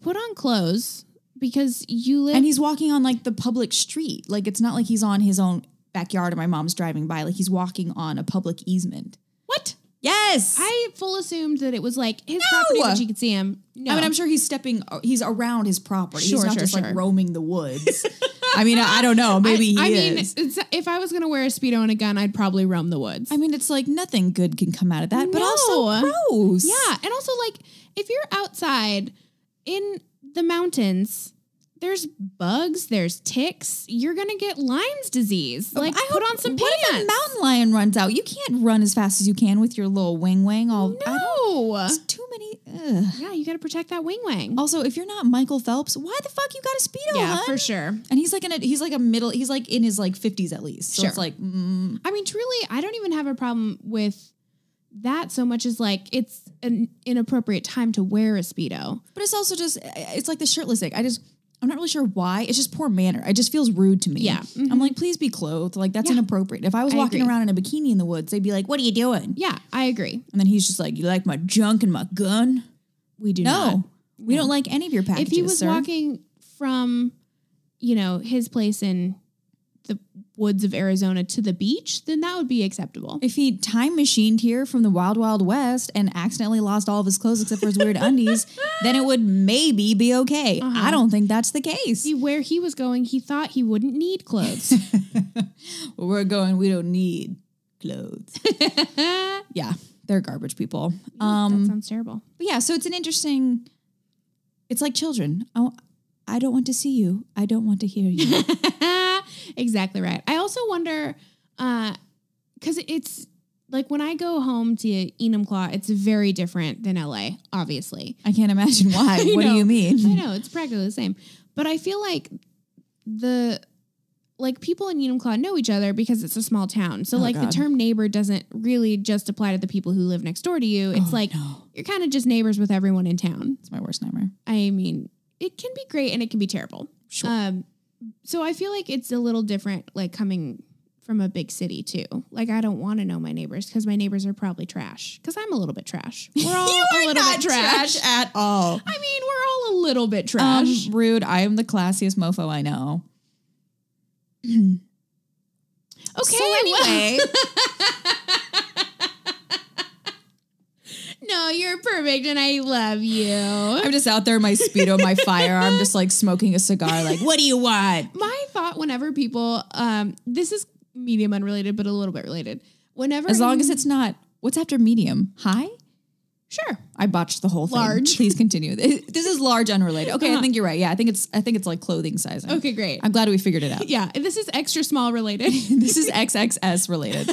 S2: put on clothes because you live.
S1: And he's walking on like the public street. Like it's not like he's on his own backyard and my mom's driving by. Like he's walking on a public easement.
S2: what?
S1: Yes. I,
S2: I full assumed that it was like his property, but you could see him. No.
S1: mean, I'm sure he's stepping, uh, he's around his property.
S2: Sure,
S1: he's not
S2: sure,
S1: just
S2: sure.
S1: like roaming the woods. I mean, I, I don't know. Maybe
S2: I, I
S1: he
S2: mean,
S1: is.
S2: it's, if I was gonna wear a speedo and a gun, I'd probably roam the woods.
S1: I mean, it's like nothing good can come out of that, but
S2: No.
S1: also gross.
S2: Yeah, and also like if you're outside in the mountains, there's bugs, there's ticks. You're gonna get Lyme's disease. Like
S1: Oh, I
S2: put
S1: hope-
S2: on some
S1: What if a
S2: pants.
S1: mountain lion runs out? You can't run as fast as you can with your little wing wing. All I don't-
S2: no.
S1: it's too many. Ugh.
S2: Yeah, you gotta protect that wing wing.
S1: Also, if you're not Michael Phelps, why the fuck you got a speedo?
S2: yeah,
S1: Oh, hun?
S2: for sure.
S1: And he's like in a he's like a middle. He's like in his like fifties at least. So
S2: Sure.
S1: it's like mm,
S2: I mean, truly, I don't even have a problem with that so much as like it's an inappropriate time to wear a speedo.
S1: but it's also just eh, it's like the shirtless thing. I just I'm not really sure why. It's just poor manner. It just feels rude to me.
S2: Yeah. Mm-hmm.
S1: I'm like, please be clothed. Like that's
S2: Yeah.
S1: inappropriate. If I was
S2: I
S1: walking
S2: agree.
S1: around in a bikini in the woods, they'd be like, What are you doing?
S2: Yeah, I agree.
S1: And then he's just like, You like my junk and my gun?
S2: We do
S1: No.
S2: not.
S1: We don't like any of your packages.
S2: if he was
S1: sir.
S2: walking from, you know, his place in the woods of Arizona to the beach, then that would be acceptable.
S1: If he time machined here from the wild, wild west and accidentally lost all of his clothes except for his weird undies, then it would maybe be okay.
S2: Uh-huh.
S1: I don't think that's the case.
S2: See where he was going, he thought he wouldn't need clothes.
S1: Where we're going, we don't need clothes. yeah, they're garbage people. Um,
S2: that sounds terrible.
S1: but yeah, so it's an interesting. It's like children. Oh, I don't want to see you. I don't want to hear you.
S2: exactly right. I also wonder, because it's like when I go home to Enumclaw, it's very different than LA, obviously.
S1: I can't imagine why.
S2: I
S1: what do
S2: know.
S1: you
S2: I
S1: mean?
S2: know it's practically the same, but I feel like the like people in Enumclaw know each other because it's a small town. So
S1: Oh,
S2: like
S1: God.
S2: the term neighbor doesn't really just apply to the people who live next door to you. It's
S1: Oh,
S2: like
S1: no.
S2: you're kind of just neighbors with everyone in town.
S1: It's my worst nightmare.
S2: I mean, it can be great and it can be terrible.
S1: Sure.
S2: Um, so I feel like it's a little different, like coming from a big city too. Like I don't want to know my neighbors because my neighbors are probably trash. Because I'm a little bit trash. We're all
S1: you
S2: a
S1: are
S2: little
S1: not
S2: bit trash.
S1: trash. at all.
S2: I mean, we're all a little bit
S1: Um,
S2: trash.
S1: rude. I am the classiest mofo I know.
S2: okay.
S1: So
S2: well-
S1: anyway,
S2: no, you're perfect, and I love you.
S1: I'm just out there in my speedo, my firearm, just like smoking a cigar. Like, what do you want?
S2: My thought whenever people, um, this is medium unrelated, but a little bit related. Whenever,
S1: As long as it's not. What's after medium? High?
S2: sure,
S1: I botched the whole thing.
S2: Large.
S1: Please continue. This is large, unrelated. Okay, I
S2: Uh-huh.
S1: think you're right. Yeah, I think it's. I think it's like clothing sizing.
S2: okay, great.
S1: I'm glad we figured it out.
S2: yeah, and this is extra small related.
S1: This is XXS related.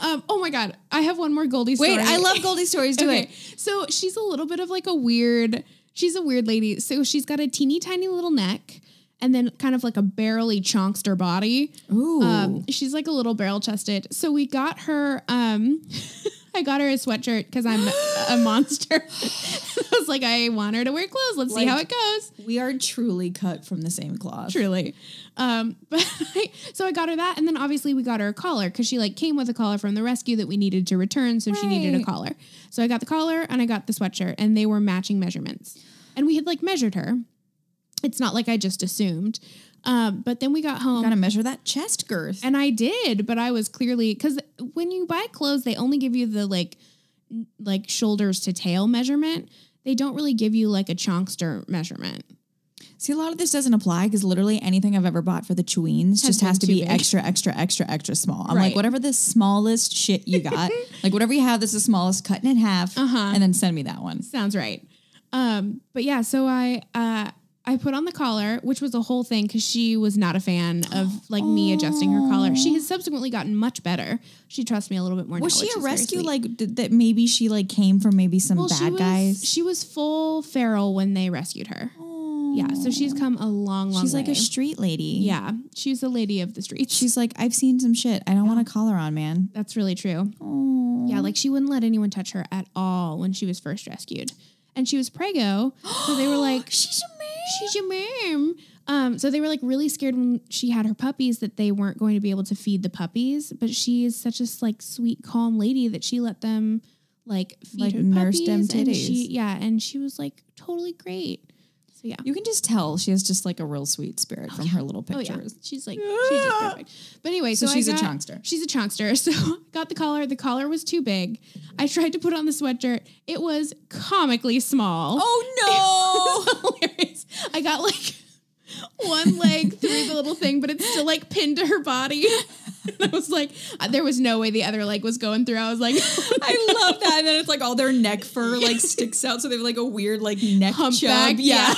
S2: Um, oh my god, I have one more Goldie story.
S1: Wait, I love Goldie stories. Do
S2: okay.
S1: it.
S2: So she's a little bit of like a weird. She's a weird lady. So she's got a teeny tiny little neck, and then kind of like a barely chonkster body.
S1: Ooh.
S2: Um, she's like a little barrel chested. So we got her. Um, I got her a sweatshirt because I'm a monster. I was like, I want her to wear clothes. Let's see how
S1: Like-
S2: it goes.
S1: we are truly cut from the same cloth.
S2: Truly. Um, but I, so I got her that, and then obviously we got her a collar because she like came with a collar from the rescue that we needed to return, so she needed
S1: Right.
S2: a collar. So I got the collar and I got the sweatshirt, and they were matching measurements, and we had like measured her. It's not like I just assumed. Um, but then we got home.
S1: Gotta measure that chest girth.
S2: And I did, but I was clearly because when you buy clothes, they only give you the like n- like shoulders to tail measurement. They don't really give you like a chonkster measurement.
S1: See, a lot of this doesn't apply because literally anything I've ever bought for the Chewines just
S2: been
S1: has to
S2: too
S1: be
S2: big.
S1: extra, extra, extra, extra small. I'm like,
S2: Right.
S1: whatever the smallest shit you got, like whatever you have that's the smallest, cut it in half,
S2: Uh-huh.
S1: and then send me that one.
S2: Sounds right. Um, but yeah, so I uh I put on the collar, which was a whole thing because she was not a fan of like me adjusting her collar. She has subsequently gotten much better. She trusts me a little bit more.
S1: Was
S2: now,
S1: she
S2: which
S1: a
S2: is very
S1: rescue?
S2: sweet.
S1: Like did, that? Maybe she like came from maybe some
S2: Well, she
S1: bad
S2: was,
S1: guys.
S2: She was full feral when they rescued her. Yeah, so she's come a long, long.
S1: She's like
S2: way.
S1: a street lady.
S2: Yeah, she's a lady of the streets.
S1: She's like, I've seen some shit. I don't want to call her on, man.
S2: That's really true. Yeah, like she wouldn't let anyone touch her at all when she was first rescued. And she was prego, so they were like,
S1: She's a man.
S2: "She's your mom." Um, so they were like really scared when she had her puppies that they weren't going to be able to feed the puppies. But she is such a like sweet, calm lady that she let them like feed
S1: Like,
S2: her
S1: nurse them
S2: puppies, and she-
S1: titties.
S2: yeah, and she was like totally great. So yeah,
S1: You can just tell she has just like a real sweet spirit from her little
S2: Oh yeah,
S1: pictures.
S2: she's like she's just perfect. But anyway,
S1: So
S2: so, I
S1: she's a
S2: got-
S1: chunkster.
S2: She's a chunkster. So I got the collar. The collar was too big. I tried to put on the sweatshirt. It was comically small.
S1: Oh no.
S2: hilarious! I got like one leg through the little thing, but it's still like pinned to her body. And I was like, uh, there was no way the other leg was going through. I was like,
S1: I love that. And then it's like all their neck fur like sticks out, so they have like a weird like neck
S2: humpback.
S1: chub. Yeah.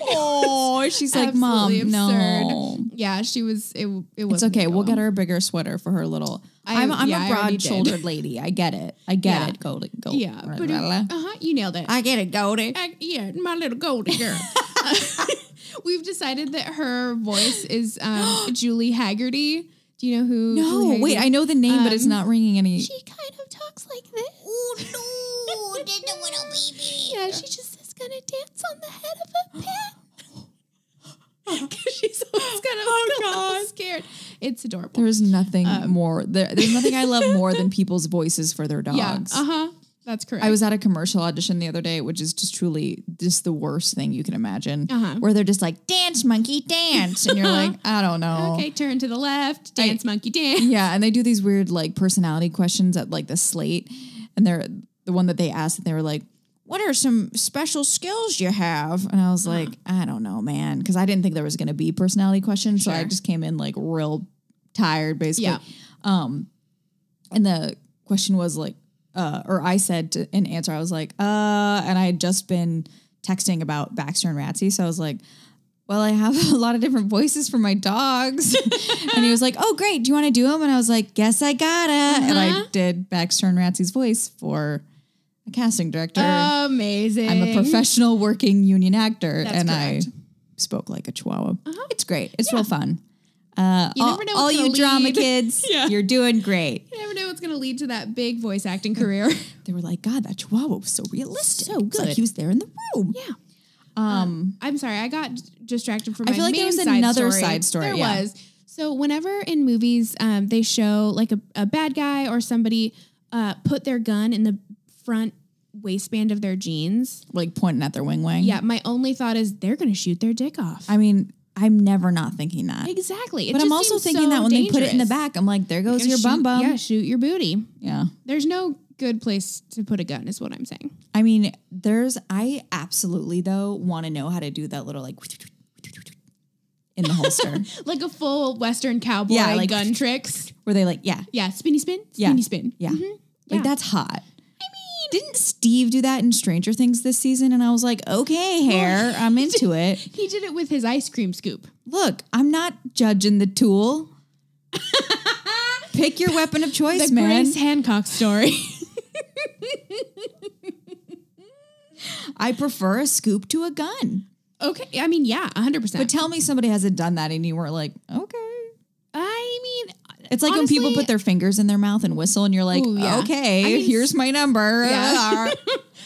S2: Oh,
S1: Oh, she's
S2: absolutely
S1: no."
S2: Yeah, she was. It. It was.
S1: It's okay. We'll get her a bigger sweater for her little. I,
S2: I-
S1: am I'm
S2: yeah,
S1: a
S2: I already
S1: broad
S2: did.
S1: shouldered lady. I get it. I get
S2: Yeah.
S1: it. Goldie. Gold.
S2: Yeah, but uh huh, you nailed it.
S1: I get it, Goldie.
S2: I, yeah, my little golden girl. We've decided that her voice is um, Julie Haggerty. Do you know who? Julie
S1: No,
S2: Haggerty
S1: wait.
S2: is?
S1: I know the name, but it's
S2: Um,
S1: not ringing any.
S2: she kind of talks like this.
S3: Oh no, there's no little baby.
S2: Yeah, she just is gonna dance on the head of a pin. Because she's always kind of oh, scared. It's adorable.
S1: um, There's nothing more. There, there's nothing I love more than people's voices for their dogs.
S2: Yeah. Uh huh. That's correct.
S1: I was at a commercial audition the other day, which is just truly just the worst thing you can imagine.
S2: Uh-huh.
S1: Where they're just like, dance, monkey, dance. And you're like, I don't know.
S2: okay. Turn to the left. Dance, monkey, dance.
S1: Yeah. And they do these weird like personality questions at like the slate. And they're the one that they asked, and they were like, what are some special skills you have? And I was like, I don't know, man. Cause I didn't think there was going to be personality questions. So I
S2: Sure.
S1: just came in like real tired, basically.
S2: Yeah.
S1: Um, and the question was like, uh, or I said to, in answer, I was like, uh, and I had just been texting about Baxter and Ratsy. So I was like, well, I have a lot of different voices for my dogs. and he was like, oh, great. Do you want to do them? And I was like, yes, I gotta. And I
S2: Uh-huh.
S1: did Baxter and Ratsy's voice for a casting director.
S2: Oh, Amazing.
S1: I'm a professional working union actor.
S2: That's
S1: and
S2: correct. Uh-huh.
S1: I spoke like a chihuahua. It's great. It's real fun. Uh,
S2: You
S1: all
S2: never know what's
S1: all you
S2: gonna
S1: drama
S2: lead.
S1: kids,
S2: Yeah.
S1: you're doing great.
S2: You never know what's going to lead to that big voice acting career.
S1: they were like, God, that Chihuahua was so realistic.
S2: So
S1: It's like
S2: good.
S1: he was there in the room.
S2: yeah.
S1: Um,
S2: I'm sorry, I got d- distracted from.
S1: I
S2: My
S1: feel like there
S2: main
S1: was
S2: side
S1: another
S2: story.
S1: side story,
S2: There
S1: yeah.
S2: was. So whenever in movies um, they show like a, a bad guy or somebody uh, put their gun in the front waistband of their jeans,
S1: like pointing at their wing wing.
S2: yeah, my only thought is they're going to shoot their dick off.
S1: Mm-hmm. I mean, I'm never not thinking that.
S2: exactly, It
S1: But I'm
S2: just
S1: also
S2: seems
S1: thinking
S2: so
S1: that when they put it in the
S2: dangerous.
S1: back, I'm like, there goes
S2: Gonna
S1: your bum
S2: shoot-
S1: bum.
S2: Yeah, shoot your booty.
S1: yeah.
S2: There's no good place to put a gun, is what I'm saying.
S1: I mean, there's I absolutely though want to know how to do that little like in the holster
S2: Like a full Western cowboy
S1: Yeah, like-
S2: gun tricks.
S1: where they like, yeah,
S2: Yeah, spinny spin,
S1: Yeah.
S2: spinny spin.
S1: yeah.
S2: Mm-hmm. Yeah.
S1: Like that's hot. I mean, didn't Steve do that in Stranger Things this season? And I was like, okay, hair, I'm into it.
S2: He did it with his ice cream scoop.
S1: Look, I'm not judging the tool. Pick your weapon of choice,
S2: the
S1: man.
S2: Grace Hancock story.
S1: I prefer a scoop to a gun.
S2: okay, I mean, yeah, hundred
S1: But
S2: percent.
S1: tell me somebody hasn't done that and you were like, okay.
S2: I mean,
S1: It's like when people
S2: Honestly-
S1: put their fingers in their mouth and whistle and you're like,
S2: Ooh, yeah.
S1: okay,
S2: I mean,
S1: here's my number.
S2: yeah.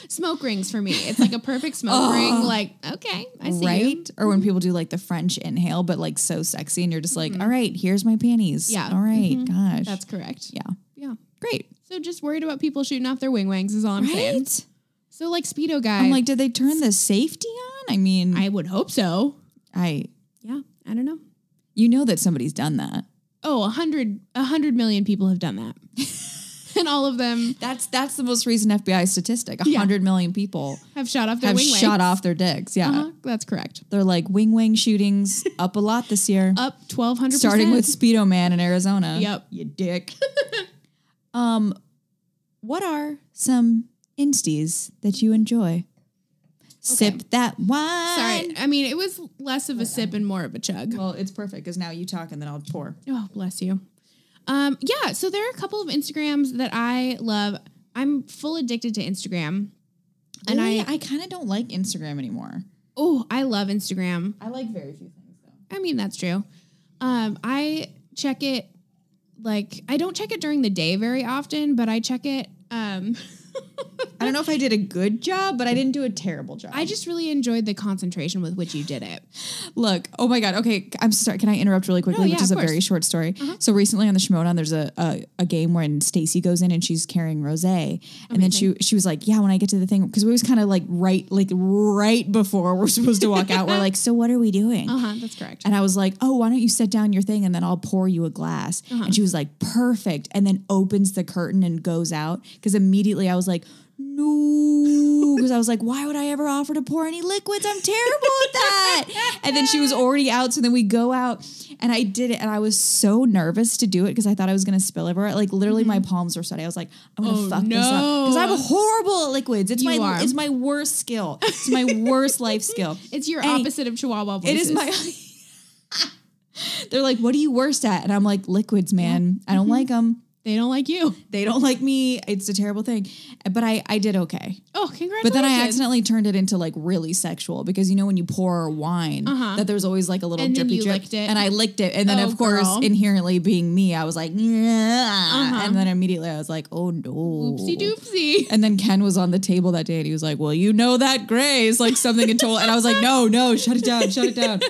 S2: smoke rings for me. It's like a perfect smoke ring. Like, okay, I see
S1: Oh. right?
S2: you.
S1: Or when people do like the French inhale, but like so sexy and you're just like, all right, here's my panties.
S2: Yeah.
S1: All right, gosh.
S2: That's correct.
S1: yeah.
S2: Yeah.
S1: Great.
S2: So just worried about people shooting off their wing wangs is all I'm saying.
S1: Right?
S2: So like speedo guy.
S1: I'm like, did they turn the safety on? I mean, I,
S2: I would hope so. Yeah, I don't know.
S1: you know that somebody's done that.
S2: Oh, a hundred, a hundred million people have done that, and all of them
S1: That's that's the most recent FBI statistic. A
S2: Yeah.
S1: hundred million people
S2: have shot off their
S1: have
S2: wing wangs.
S1: shot off their dicks. Yeah.
S2: Uh-huh, that's correct.
S1: They're like wing wing shootings up a lot this year.
S2: Up twelve hundred.
S1: starting with Speedo Man in Arizona.
S2: Yep.
S1: you dick. um, what are some insties that you enjoy? Sip that wine.
S2: Sorry, I mean it was less of a sip and more of a chug.
S1: Well, it's perfect because now you talk and then I'll pour.
S2: Oh, bless you. Um, yeah, so there are a couple of Instagrams that I love. I'm full addicted to Instagram.
S1: And
S2: And I
S1: I, I kind of don't like Instagram anymore.
S2: oh, I love Instagram.
S1: I like very few things though.
S2: I mean, that's true. Um, I check it like I don't check it during the day very often, but I check it um
S1: I don't know if I did a good job, but I didn't do a terrible job.
S2: I just really enjoyed the concentration with which you did it.
S1: Look, oh my God. Okay, I'm sorry. Can I interrupt really quickly?
S2: No, yeah,
S1: which is a
S2: of
S1: very
S2: course. Uh-huh.
S1: short story. So recently on the Shimonon, there's a, a a game when Stacy goes in and she's carrying Rose, and then she she was like, "Yeah, when I get to the thing, because we was kind of like right like right before we're supposed to walk out, we're like, so what are we doing?"
S2: Uh-huh, that's correct.
S1: And I was like, "Oh, why don't you set down your thing and then I'll pour you a glass?"
S2: Uh-huh.
S1: And she was like, "Perfect." And then opens the curtain and goes out because immediately I was like. No, because I was like, why would I ever offer to pour any liquids? I'm terrible at that. And then she was already out. So then we go out and I did it. And I was so nervous to do it because I thought I was going to spill everywhere. Like literally my palms were sweaty. I was like, I'm going to
S2: Mm-hmm. Oh,
S1: fuck this up. Because
S2: no.
S1: I'm horrible at liquids. It's
S2: You
S1: my,
S2: are.
S1: it's my worst skill. It's my worst life skill.
S2: It's your
S1: Any-
S2: opposite of Chihuahua
S1: It
S2: voices.
S1: is my. They're like, what are you worst at? And I'm like, liquids, man. I
S2: Mm-hmm.
S1: don't like 'em. like them.
S2: They don't like you.
S1: They don't like me. It's a terrible thing. But I, I did okay.
S2: Oh, congratulations.
S1: But then I accidentally turned it into like really sexual because you know when you pour wine
S2: Uh-huh.
S1: that there's always like a little
S2: And then
S1: drippy
S2: you
S1: drip,
S2: licked it.
S1: and I licked it, and then
S2: Oh,
S1: of course
S2: girl. Uh-huh.
S1: inherently being me, I was like, "Yeah." and then immediately I was like, oh no,
S2: Oopsie doopsie.
S1: And then Ken was on the table that day and he was like, Well, you know that Grace, like something had told. And I was like, No, no, shut it down, shut it down.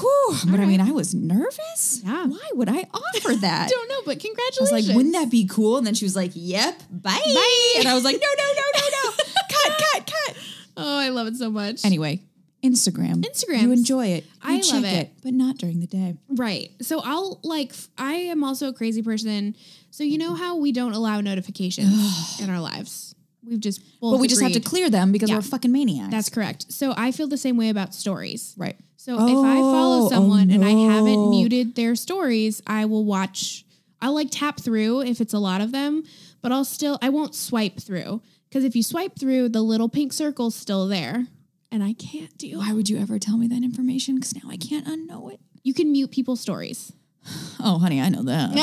S1: Whew. But I mean, I was nervous.
S2: Yeah.
S1: Why would I offer that?
S2: Don't know, but
S1: I was
S2: congratulations.
S1: like, wouldn't that be cool? And then she was like, yep, bye.
S2: Bye.
S1: And I was like, no, no, no, no, no. cut, cut, cut.
S2: Oh, I love it so much.
S1: Anyway, Instagram.
S2: Instagrams.
S1: You enjoy it. You
S2: I
S1: check
S2: love
S1: it.
S2: it.
S1: but not during the day.
S2: Right. So I'll like f- I am also a crazy person. So you know how we don't allow notifications in our lives. We've just both
S1: but we just have to
S2: agreed.
S1: clear them because
S2: Yeah.
S1: we're fucking maniacs.
S2: That's correct. So I feel the same way about stories.
S1: right.
S2: So if I
S1: Oh, oh
S2: follow someone and I
S1: no.
S2: haven't muted their stories, I will watch. I'll like tap through if it's a lot of them, but I'll still I won't swipe through because if you swipe through, the little pink circle's still there, and I can't do.
S1: Why would you ever tell me that information? Because now I can't unknow it.
S2: You can mute people's stories.
S1: Oh, honey, I know that.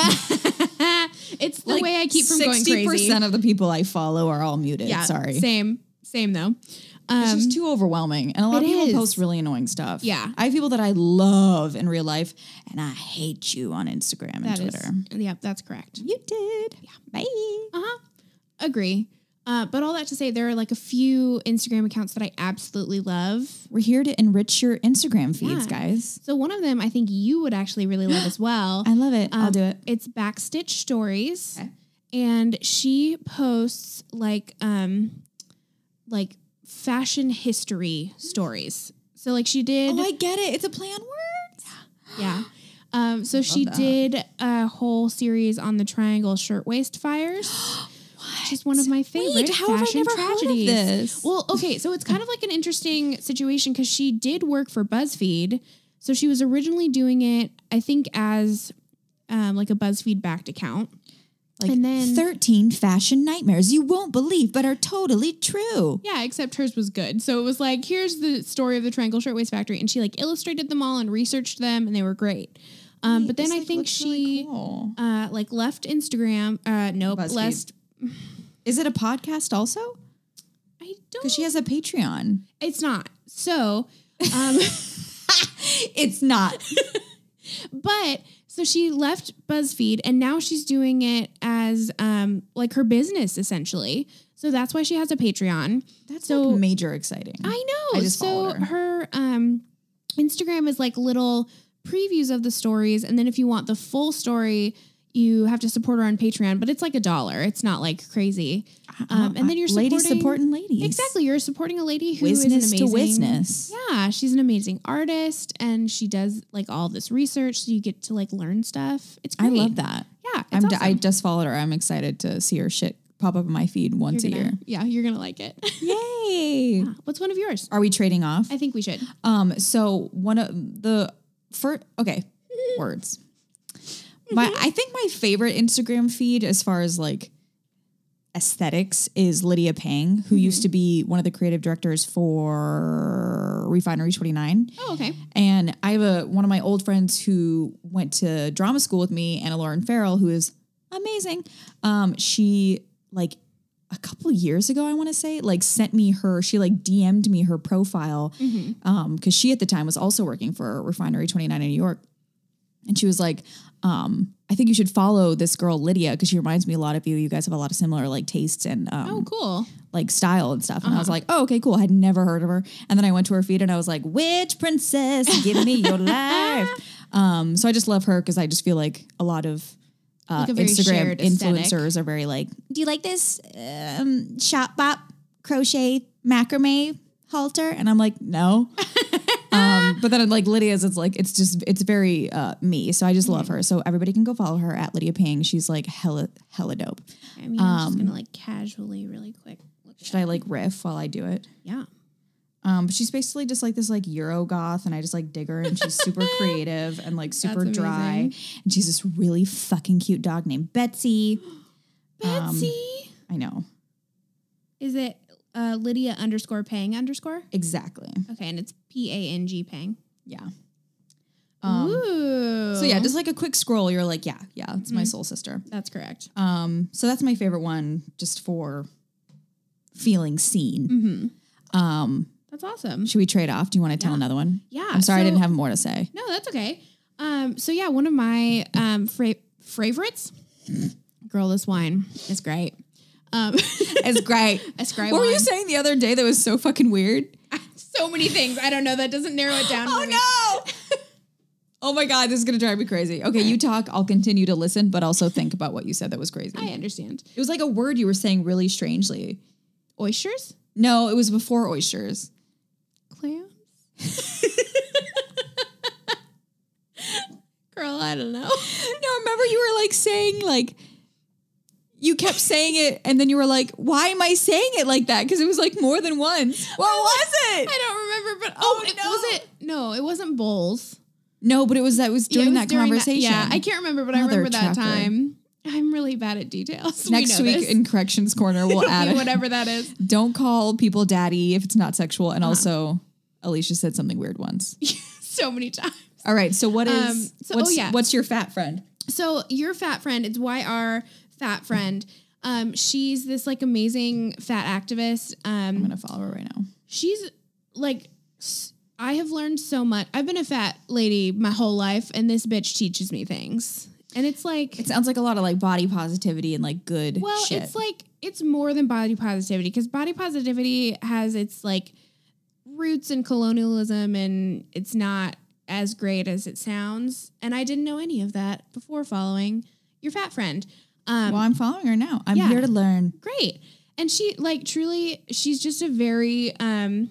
S2: it's the way I keep from going crazy.
S1: percent of the people I follow are all muted. Sorry.
S2: Same, same though.
S1: It's
S2: Um,
S1: just too overwhelming. And a lot of
S2: it
S1: people
S2: is.
S1: post really annoying stuff.
S2: Yeah.
S1: I have people that I love in real life and I hate you on Instagram and
S2: that is-
S1: Twitter.
S2: yeah, that's correct.
S1: You did. Yeah. Bye.
S2: Uh huh. Agree. Uh, but all that to say, there are like a few Instagram accounts that I absolutely love.
S1: We're here to enrich your Instagram feeds,
S2: Yeah.
S1: guys.
S2: So one of them I think you would actually really love as well.
S1: I love it. I'll
S2: Um,
S1: do it.
S2: It's Backstitch Stories,
S1: Okay.
S2: and she posts like um, like fashion history stories. So like she did,
S1: Oh, I get it. It's a play on words.
S2: yeah. Um, so she
S1: that.
S2: did a whole series on the Triangle Shirtwaist fires, which is one of my favorite
S1: Wait, how have I
S2: fashion
S1: never
S2: tragedies.
S1: heard of this?
S2: Well, okay, so it's kind of like an interesting situation because she did work for BuzzFeed. So she was originally doing it, I think, as um, like a BuzzFeed backed account.
S1: like
S2: and then-
S1: 13 fashion nightmares you won't believe but are totally true.
S2: Yeah, except hers was good. So it was like, here's the story of the Triangle Shirtwaist Factory, and she like illustrated them all and researched them, and they were great. Um, but then I think she uh, like left Instagram. Uh, nope,
S1: BuzzFeed.
S2: left.
S1: Is it a podcast also?
S2: I don't.
S1: Because she has a Patreon.
S2: it's not. So, um,
S1: It's not.
S2: but so she left BuzzFeed and now she's doing it as um like her business essentially. So that's why she has a Patreon.
S1: That's
S2: So-
S1: like major exciting.
S2: I
S1: Mm-hmm.
S2: know.
S1: I just
S2: so
S1: followed her.
S2: her. um Instagram is like little previews of the stories and then if you want the full story you have to support her on Patreon, but it's like a dollar. It's not like crazy. Um, and then you're
S1: Uh, ladies
S2: supporting-
S1: supporting ladies.
S2: Exactly. You're supporting a lady who is an
S1: Business
S2: amazing
S1: to business.
S2: Yeah, she's an amazing artist and she does like all this research so you get to like learn stuff. It's
S1: I
S2: great.
S1: love that.
S2: Yeah, it's
S1: I'm d-
S2: awesome.
S1: I just followed her. I'm excited to see her shit pop up in my feed once
S2: You're
S1: a year.
S2: gonna- Yeah, you're gonna like it.
S1: Yay!
S2: Yeah. What's one of yours?
S1: Are we trading off?
S2: I think we should.
S1: Um, so one of the first, okay, words. My, I think my favorite Instagram feed, as far as like aesthetics, is Lydia Pang, who used to be one of the creative directors for Refinery Twenty Nine.
S2: Oh, okay.
S1: And I have a one of my old friends who went to drama school with me, Anna Lauren Farrell, who is amazing. Um, she like a couple years ago, I want to say, like sent me her. She like DM'd me her profile because she at the time was also working for Refinery Twenty Nine in New York, and she was like. Um, I think you should follow this girl Lydia because she reminds me a lot of you. You guys have a lot of similar like tastes and um,
S2: Oh, cool.
S1: like style and stuff. And I was
S2: Uh-huh.
S1: like, oh, okay, cool. I had never heard of her. And then I went to her feed and I was like, witch princess, give me your life. Um, so I just love her because I just feel like a lot of uh,
S2: Like a very
S1: Instagram
S2: shared aesthetic.
S1: influencers are very like, do you like this um, shop bop crochet macrame halter? And I'm like, no. um, but then like Lydia's, it's like it's just it's very uh, me. So I just
S2: Mm.
S1: love her. So everybody can go follow her at Lydia Ping. She's like hella hella dope.
S2: I mean, I'm just gonna like casually, really quick.
S1: um,
S2: Look
S1: Should I like riff while I do it?
S2: yeah.
S1: Um, but she's basically just like this like Euro goth, and I just like dig her, and she's super creative and like super
S2: That's
S1: dry. And she's this really fucking cute dog named Betsy. Um,
S2: Betsy,
S1: I know
S2: is it uh, Lydia underscore Pang underscore?
S1: exactly.
S2: Okay, and it's P A N G Pang.
S1: Yeah. Um,
S2: Ooh.
S1: so yeah, just like a quick scroll, you're like, yeah, yeah, it's
S2: Mm-hmm.
S1: my soul sister.
S2: that's correct.
S1: Um, so that's my favorite one, just for feeling seen.
S2: Mm-hmm.
S1: Um,
S2: That's awesome.
S1: should we trade off? Do you want to tell
S2: Yeah.
S1: another one?
S2: Yeah.
S1: I'm sorry I
S2: so-
S1: didn't have more to say.
S2: No, that's okay. Um, so yeah, one of my um fra- favorites. Girl, this wine is great. Um,
S1: It's great.
S2: a scry
S1: what were you
S2: wine.
S1: saying the other day that was so fucking weird?
S2: so many things. I don't know. That doesn't narrow it down. for me.
S1: Oh, no! Oh my God, this is going to drive me crazy. Okay, you talk. I'll continue to listen, but also think about what you said that was crazy.
S2: I understand.
S1: it was like a word you were saying really strangely.
S2: Oysters?
S1: No, it was before oysters.
S2: Clams? Girl, I don't know.
S1: No, remember you were like saying, like, you kept saying it, and then you were like, why am I saying it like that? Because it was like more than once. What was it?
S2: I don't remember, but oh, it
S1: no.
S2: was it? No, it wasn't bowls.
S1: No, but it was that was
S2: Yeah, it
S1: during
S2: was
S1: that conversation.
S2: yeah, I can't remember, but I
S1: Another
S2: remember that
S1: chapter.
S2: time. I'm really bad at details. We
S1: Next
S2: know
S1: week
S2: this.
S1: in corrections corner, we'll add it.
S2: whatever that is.
S1: Don't call people daddy if it's not sexual. And also, Alicia said something weird once.
S2: so many times.
S1: All right, so what is?
S2: Um, so- oh,
S1: what's,
S2: yeah.
S1: what's your fat friend?
S2: So your fat friend, it's YR fat friend. Um, she's this like amazing fat activist.
S1: I'm
S2: Um,
S1: gonna follow her right now.
S2: she's like, s- I have learned so much. I've been a fat lady my whole life, and this bitch teaches me things. And it's like,
S1: It sounds like a lot of like body positivity and like good.
S2: well,
S1: shit.
S2: it's like it's more than body positivity because body positivity has its like roots in colonialism, and it's not as great as it sounds. And I didn't know any of that before following your fat friend. Um,
S1: well, I'm following her now. I'm
S2: yeah.
S1: here to learn.
S2: great. And she like truly she's just a very um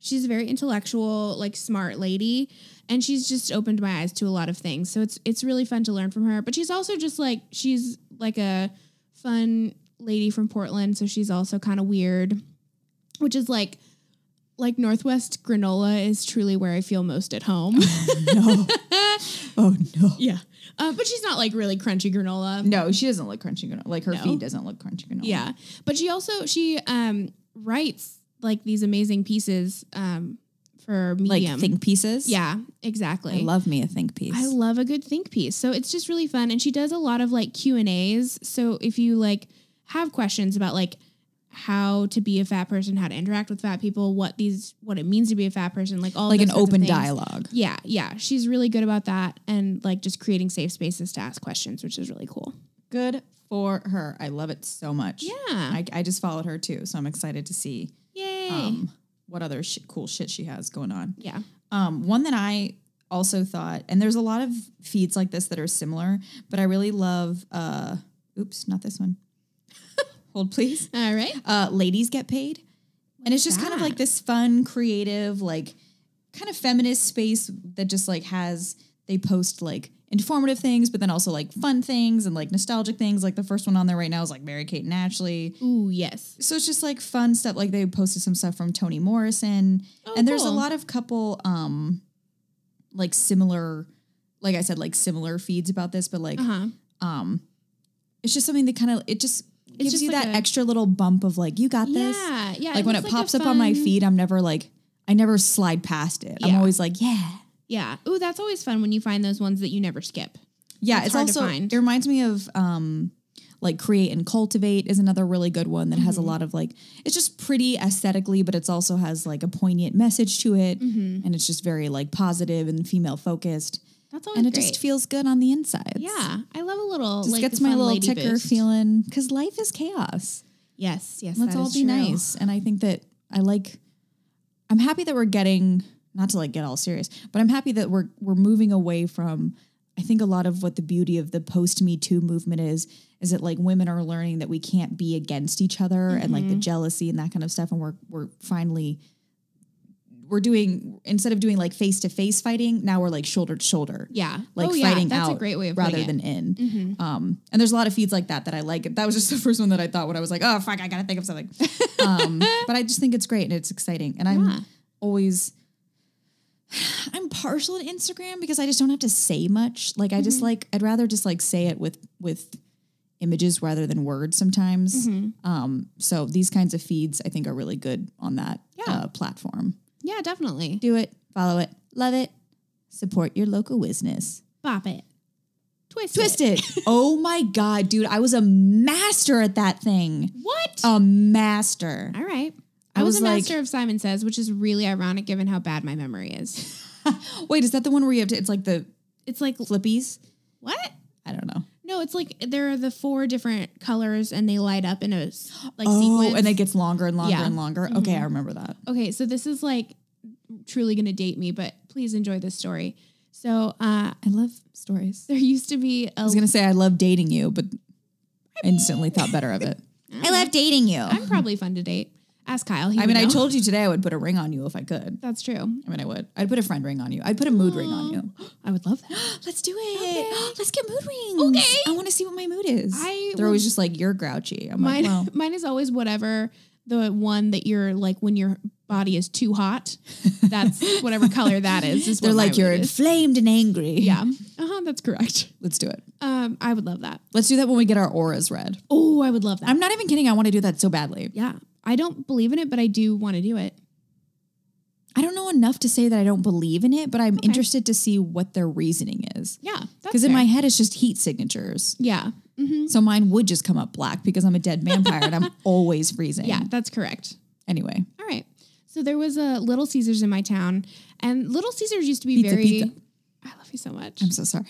S2: she's a very intellectual, like smart lady and she's just opened my eyes to a lot of things. So it's it's really fun to learn from her, but she's also just like she's like a fun lady from Portland, so she's also kind of weird, which is like like Northwest granola is truly where I feel most at home.
S1: No, oh no,
S2: yeah. Uh, but she's not like really crunchy granola.
S1: no, she doesn't look crunchy granola. Like her
S2: No.
S1: feed doesn't look crunchy granola.
S2: Yeah. Um, But she also she um writes like these amazing pieces um for
S1: like
S2: medium.
S1: think pieces.
S2: yeah,
S1: I
S2: exactly.
S1: love me a think piece.
S2: I love a good think piece. So it's just really fun and she does a lot of like Q&As. So if you like have questions about like how to be a fat person, how to interact with fat people, what these what it means to be a fat person, like all
S1: like
S2: those
S1: an
S2: sorts of
S1: open
S2: things.
S1: dialogue.
S2: Yeah, yeah. She's really good about that and like just creating safe spaces to ask questions, which is really cool.
S1: Good for her. I love it so much.
S2: Yeah.
S1: I, I just followed her too, so I'm excited to see
S2: Yay.
S1: um, what other sh- cool shit she has going on.
S2: yeah.
S1: Um, one that I also thought, and there's a lot of feeds like this that are similar, but I really love. Uh, oops, not this one. Hold please.
S2: All right.
S1: Uh, ladies get paid, and it's just kind of
S2: that?
S1: like this fun, creative, like kind of feminist space that just like has they post like informative things, but then also like fun things and like nostalgic things. Like the first one on there right now is like Mary Kate and Ashley.
S2: Ooh, yes.
S1: So it's just like fun stuff. Like they posted some stuff from Toni Morrison, and there's
S2: Oh, cool.
S1: a lot of couple, um, like similar, like I said, like similar feeds about this, but like,
S2: Uh-huh.
S1: um, it's just something that kind of it just gives
S2: just
S1: you
S2: like
S1: that
S2: a-
S1: extra little bump of like you got this.
S2: Yeah, yeah.
S1: Like when it
S2: looks
S1: pops
S2: a
S1: up on my
S2: fun-
S1: feed, I'm never like I never slide past it. I'm
S2: Yeah.
S1: always like, yeah,
S2: Yeah. Ooh, that's always fun when you find those ones that you never skip.
S1: yeah.
S2: That's
S1: it's
S2: hard to
S1: also
S2: find.
S1: it reminds me of um. Like create and cultivate is another really good one that
S2: Mm-hmm.
S1: has a lot of like it's just pretty aesthetically, but it's also has like a poignant message to it.
S2: Mm-hmm.
S1: and it's just very like positive and female focused
S2: That's always
S1: and it
S2: Oh, great.
S1: just feels good on the inside
S2: yeah, I love a little.
S1: just
S2: like,
S1: gets
S2: fun
S1: my little
S2: lady
S1: ticker
S2: boost.
S1: feeling because life is chaos
S2: Yes, yes.
S1: let's
S2: that
S1: all
S2: is
S1: be
S2: true.
S1: nice and i think that i like i'm happy that we're getting not to like get all serious but i'm happy that we're we're moving away from i think a lot of what the beauty of the post me too movement is is that like women are learning that we can't be against each other and like
S2: Mm-hmm.
S1: the jealousy and that kind of stuff and we're we're finally we're doing instead of doing like face to face fighting now we're like shoulder to shoulder
S2: Yeah.
S1: like
S2: oh, yeah,
S1: fighting
S2: that's
S1: out
S2: a great way of
S1: rather
S2: putting
S1: than
S2: it.
S1: in. Um, and there's a lot of feeds like that that I like. That was just the first one that I thought when I was like, oh fuck, I gotta think of something. um, but I just think it's great and it's exciting, and
S2: Yeah.
S1: I'm always. I'm partial to Instagram because I just don't have to say much. Like I just
S2: Mm-hmm.
S1: like I'd rather just like say it with with images rather than words
S2: Mm-hmm.
S1: sometimes. Um, so these kinds of feeds I think are really good on that
S2: Yeah.
S1: uh, platform.
S2: Yeah, definitely.
S1: Do it, follow it, love it, support your local business.
S2: Bop it. Twist. It.
S1: Twisted. oh my god, dude! I was a master at that thing.
S2: What?
S1: A master.
S2: all right.
S1: Oh. I
S2: I, was,
S1: was
S2: a
S1: like-
S2: master of Simon Says, which is really ironic given how bad my memory is.
S1: Wait, is that the one where you have to? It's like the
S2: It's like
S1: flippies.
S2: what?
S1: I don't know.
S2: No, it's like there are the four different colors and they light up in a s- like
S1: oh,
S2: sequence.
S1: and it gets longer and longer
S2: Yeah. Mm-hmm.
S1: and longer. Okay, I remember that.
S2: Okay, so this is like truly going to date me, but please enjoy this story. So uh,
S1: I love stories.
S2: there used to be a.
S1: I was gonna say I love dating you, but I instantly thought better of it. I love dating you.
S2: I'm probably fun to date. Ask Kyle. He
S1: I mean,
S2: would
S1: I
S2: know.
S1: told you today I would put a ring on you if I could.
S2: That's true.
S1: I mean, I would. I'd put a friend ring on you. I'd put a mood ring on you.
S2: I would love that.
S1: Let's do it. Let's get mood rings.
S2: Okay.
S1: I want to see what my mood is.
S2: I
S1: They're always just like you're grouchy. I'm like,
S2: Mine,
S1: well,
S2: mine is always whatever the one that you're like when your body is too hot. That's whatever color that is. is what
S1: they're
S2: my
S1: like
S2: mood
S1: you're
S2: is.
S1: inflamed and angry.
S2: Yeah. Uh huh. That's correct.
S1: Let's do it.
S2: Um, I would love that.
S1: Let's do that when we get our auras read.
S2: Oh, I would love that.
S1: I'm not even kidding. I want to do that so badly.
S2: yeah. I don't believe in it, but I do want to do it.
S1: I don't know enough to say that I don't believe in it, but I'm interested to see what their reasoning is.
S2: Yeah. that's
S1: Because in
S2: fair.
S1: my head, it's just heat signatures.
S2: Yeah. hmm
S1: So mine would just come up black because I'm a dead vampire and I'm always freezing.
S2: Yeah. That's correct.
S1: Anyway,
S2: All right. So there was a Little Caesars in my town, and Little Caesars used to be
S1: Pizza,
S2: very.
S1: pizza.
S2: I love you so much.
S1: I'm so sorry.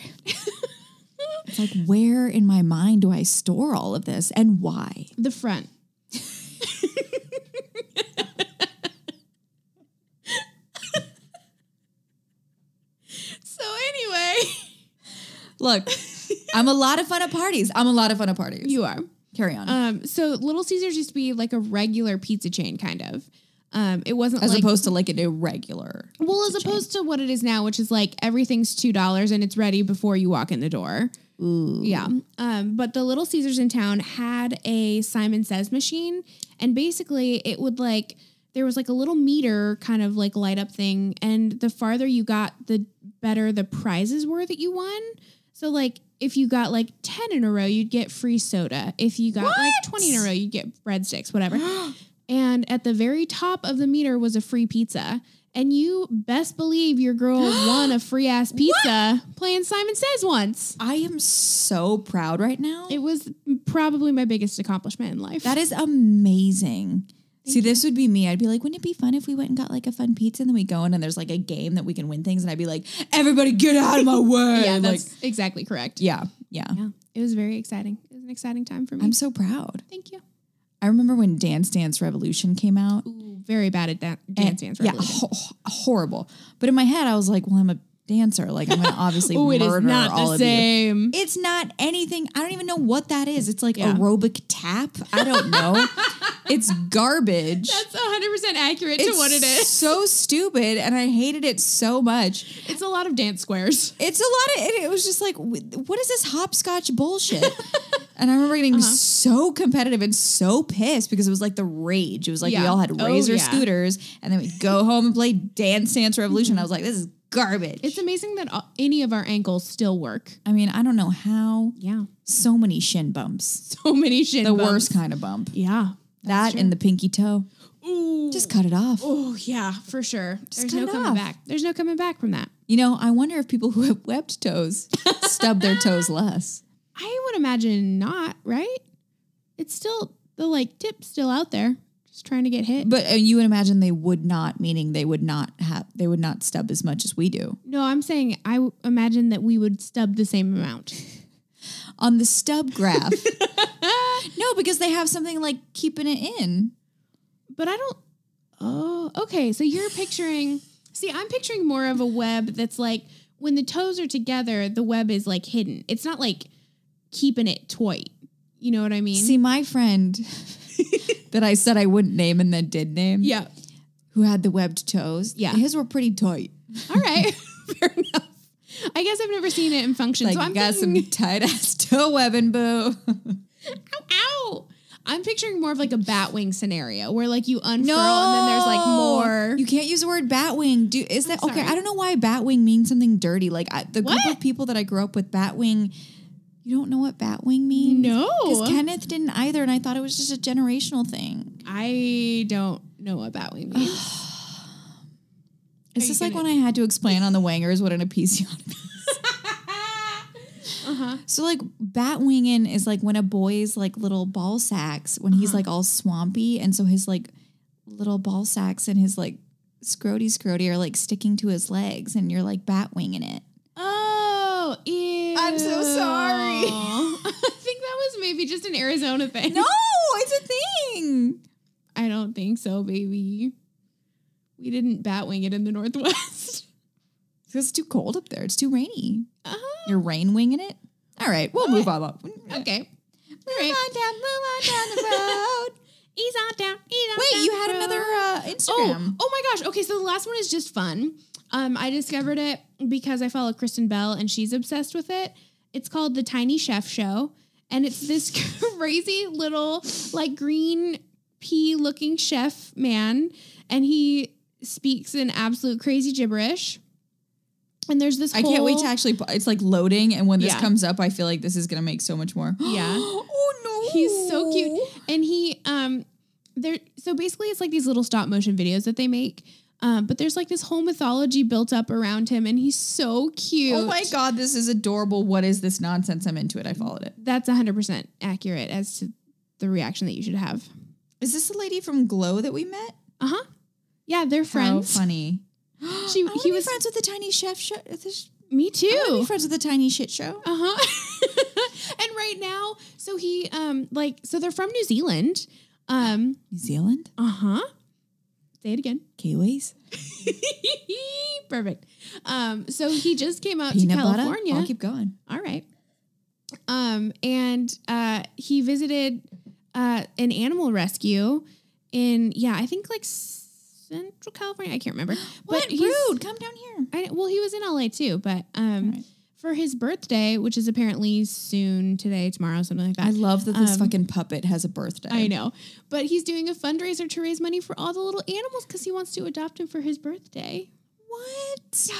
S1: it's like, where in my mind do I store all of this and why?
S2: The front. so anyway,
S1: Look, I'm a lot of fun at parties. I'm a lot of fun at parties.
S2: you are.
S1: Carry on.
S2: Um, so Little Caesars used to be like a regular pizza chain, kind of. Um, it wasn't
S1: As
S2: like
S1: opposed to like an irregular.
S2: well, as opposed to what it is now, which is like everything's two dollars and it's ready before you walk in the door.
S1: Ooh.
S2: Yeah. Um, but the Little Caesars in town had a Simon Says machine, and basically it would like there was like a little meter kind of like light up thing, and the farther you got, the better the prizes were that you won. So like if you got like ten in a row, you'd get free soda. If you got like twenty in a row, you'd get breadsticks, whatever. and at the very top of the meter was a free pizza. And you best believe your girl won a free ass pizza playing Simon Says once.
S1: I am so proud right now.
S2: It was probably my biggest accomplishment in life.
S1: That is amazing. See, this would be me. I'd be like, wouldn't it be fun if we went and got like a fun pizza and then we go in and there's like a game that we can win things? And I'd be like, everybody get out of my way.
S2: yeah,
S1: like,
S2: that's exactly correct.
S1: yeah, yeah.
S2: Yeah. It was very exciting. It was an exciting time for me.
S1: I'm so proud.
S2: Thank you.
S1: I remember when Dance Dance Revolution came out.
S2: very bad at that dance dance
S1: yeah,
S2: revolution.
S1: ho- horrible. But in my head, I was like, well, I'm a dancer. Like, I'm going to obviously
S2: Ooh,
S1: murder all of you.
S2: same.
S1: It's not anything. I don't even know what that is. It's like
S2: Yeah.
S1: aerobic tap. I don't know. it's garbage.
S2: That's 100% accurate
S1: it's
S2: to what it is.
S1: so stupid, and I hated it so much.
S2: It's a lot of dance squares.
S1: It's a lot of. It, it was just like, wh- what is this hopscotch bullshit? and I remember
S2: Uh-huh.
S1: getting so competitive and so pissed because it was like the rage. It was like we
S2: Yeah.
S1: all had
S2: Oh,
S1: razor
S2: yeah.
S1: scooters, and then we'd go home and play Dance Dance Revolution. I was like, this is garbage.
S2: It's amazing that a- any of our ankles still work.
S1: I mean, I don't know how
S2: Yeah.
S1: so many shin bumps.
S2: So many shin
S1: The
S2: bumps.
S1: worst kind of bump.
S2: Yeah.
S1: that and the pinky toe.
S2: Ooh.
S1: Just cut it off.
S2: Oh, yeah, for sure. There's
S1: cut
S2: no
S1: it
S2: coming
S1: off.
S2: back. There's no coming back from that.
S1: You know, I wonder if people who have webbed toes stub their toes less.
S2: I would imagine not, right? It's still the like tip still out there, just trying to get hit.
S1: But uh, you would imagine they would not, meaning they would not have, they would not stub as much as we do.
S2: No, I'm saying I w- imagine that we would stub the same amount.
S1: On the stub graph. no, because they have something like keeping it in.
S2: But I don't. Oh, okay. So you're picturing. See, I'm picturing more of a web that's like when the toes are together, the web is like hidden. It's not like keeping it tight. You know what I mean?
S1: See, my friend that I said I wouldn't name and then did name,
S2: yeah.
S1: who had the webbed toes,
S2: Yeah.
S1: his were pretty tight.
S2: All right. Fair enough. I guess I've never seen it in function.
S1: Like,
S2: so I'm
S1: got
S2: thinking,
S1: some tight ass toe webbing, boo.
S2: ow, ow. I'm picturing more of like a bat wing scenario where like you unfurl and then there's like more.
S1: You can't use the word batwing. Do is that okay?
S2: sorry.
S1: I don't know why batwing means something dirty. Like I, the group
S2: What?
S1: of people that I grew up with, batwing. You don't know what batwing means?
S2: No.
S1: because Kenneth didn't either, and I thought it was just a generational thing.
S2: I don't know what bat wing means.
S1: Is
S2: you
S1: this like
S2: gonna-
S1: when I had to explain on the wangers what an episiotomy? is?
S2: uh-huh.
S1: So like batwinging is like when a boy's like little ball sacks when
S2: Uh-huh.
S1: he's like all swampy, and so his like little ball sacks and his like scroty scroty are like sticking to his legs, and you're like batwinging it.
S2: Oh, ew.
S1: I'm so sorry.
S2: I think that was maybe just an Arizona thing.
S1: No, it's a thing.
S2: I don't think so, baby. We didn't bat wing it in the Northwest.
S1: It's too cold up there. It's too rainy.
S2: Oh.
S1: You're rain winging it. All right, we'll move on. Up.
S2: Okay.
S1: Move on down. Move on down the road.
S2: Ease on down. Ease on
S1: Wait,
S2: down
S1: you had
S2: bro.
S1: another uh,
S2: Oh,
S1: Instagram.
S2: oh my gosh. Okay, so the last one is just fun. Um, I discovered it because I follow Kristen Bell and she's obsessed with it. It's called The Tiny Chef Show. And it's this crazy little, like, green pea looking chef man. And he speaks in absolute crazy gibberish. And there's this
S1: I can't wait to
S2: whole-
S1: actually. It's like loading, and when this
S2: Yeah.
S1: comes up, I feel like this is gonna make so much more.
S2: Yeah.
S1: oh no. Oh
S2: He's so cute. And he um there so basically it's like these little stop motion videos that they make. Um, but there's like this whole mythology built up around him and he's so cute.
S1: Oh my god, this is adorable. What is this nonsense? I'm into it. I followed it.
S2: That's 100% accurate as to the reaction that you should have.
S1: Is this the lady from Glow that we met?
S2: Uh-huh. Yeah, they're friends.
S1: How funny.
S2: She-
S1: I
S2: he
S1: he was
S2: was-
S1: friends with the tiny chef show. This,
S2: Me
S1: I wanna be
S2: too.
S1: friends with the tiny shit show.
S2: Uh-huh. and right now, so he um like so they're from New Zealand. Um,
S1: New Zealand
S2: uh-huh. Say it again.
S1: kiwis,
S2: Perfect. Um, so he just came out
S1: peanut
S2: to California.
S1: butter. I'll keep going.
S2: All right. Um, and uh, he visited uh, an animal rescue in yeah, I think like Central California. I can't remember.
S1: What
S2: he's-
S1: rude? Come down here.
S2: I, well, he was in LA too, but um,
S1: All right.
S2: for his birthday, which is apparently soon today, tomorrow, something like that.
S1: I love that this
S2: Um,
S1: fucking puppet has a birthday.
S2: I know, but he's doing a fundraiser to raise money for all the little animals because he wants to adopt him for his birthday.
S1: What?
S2: So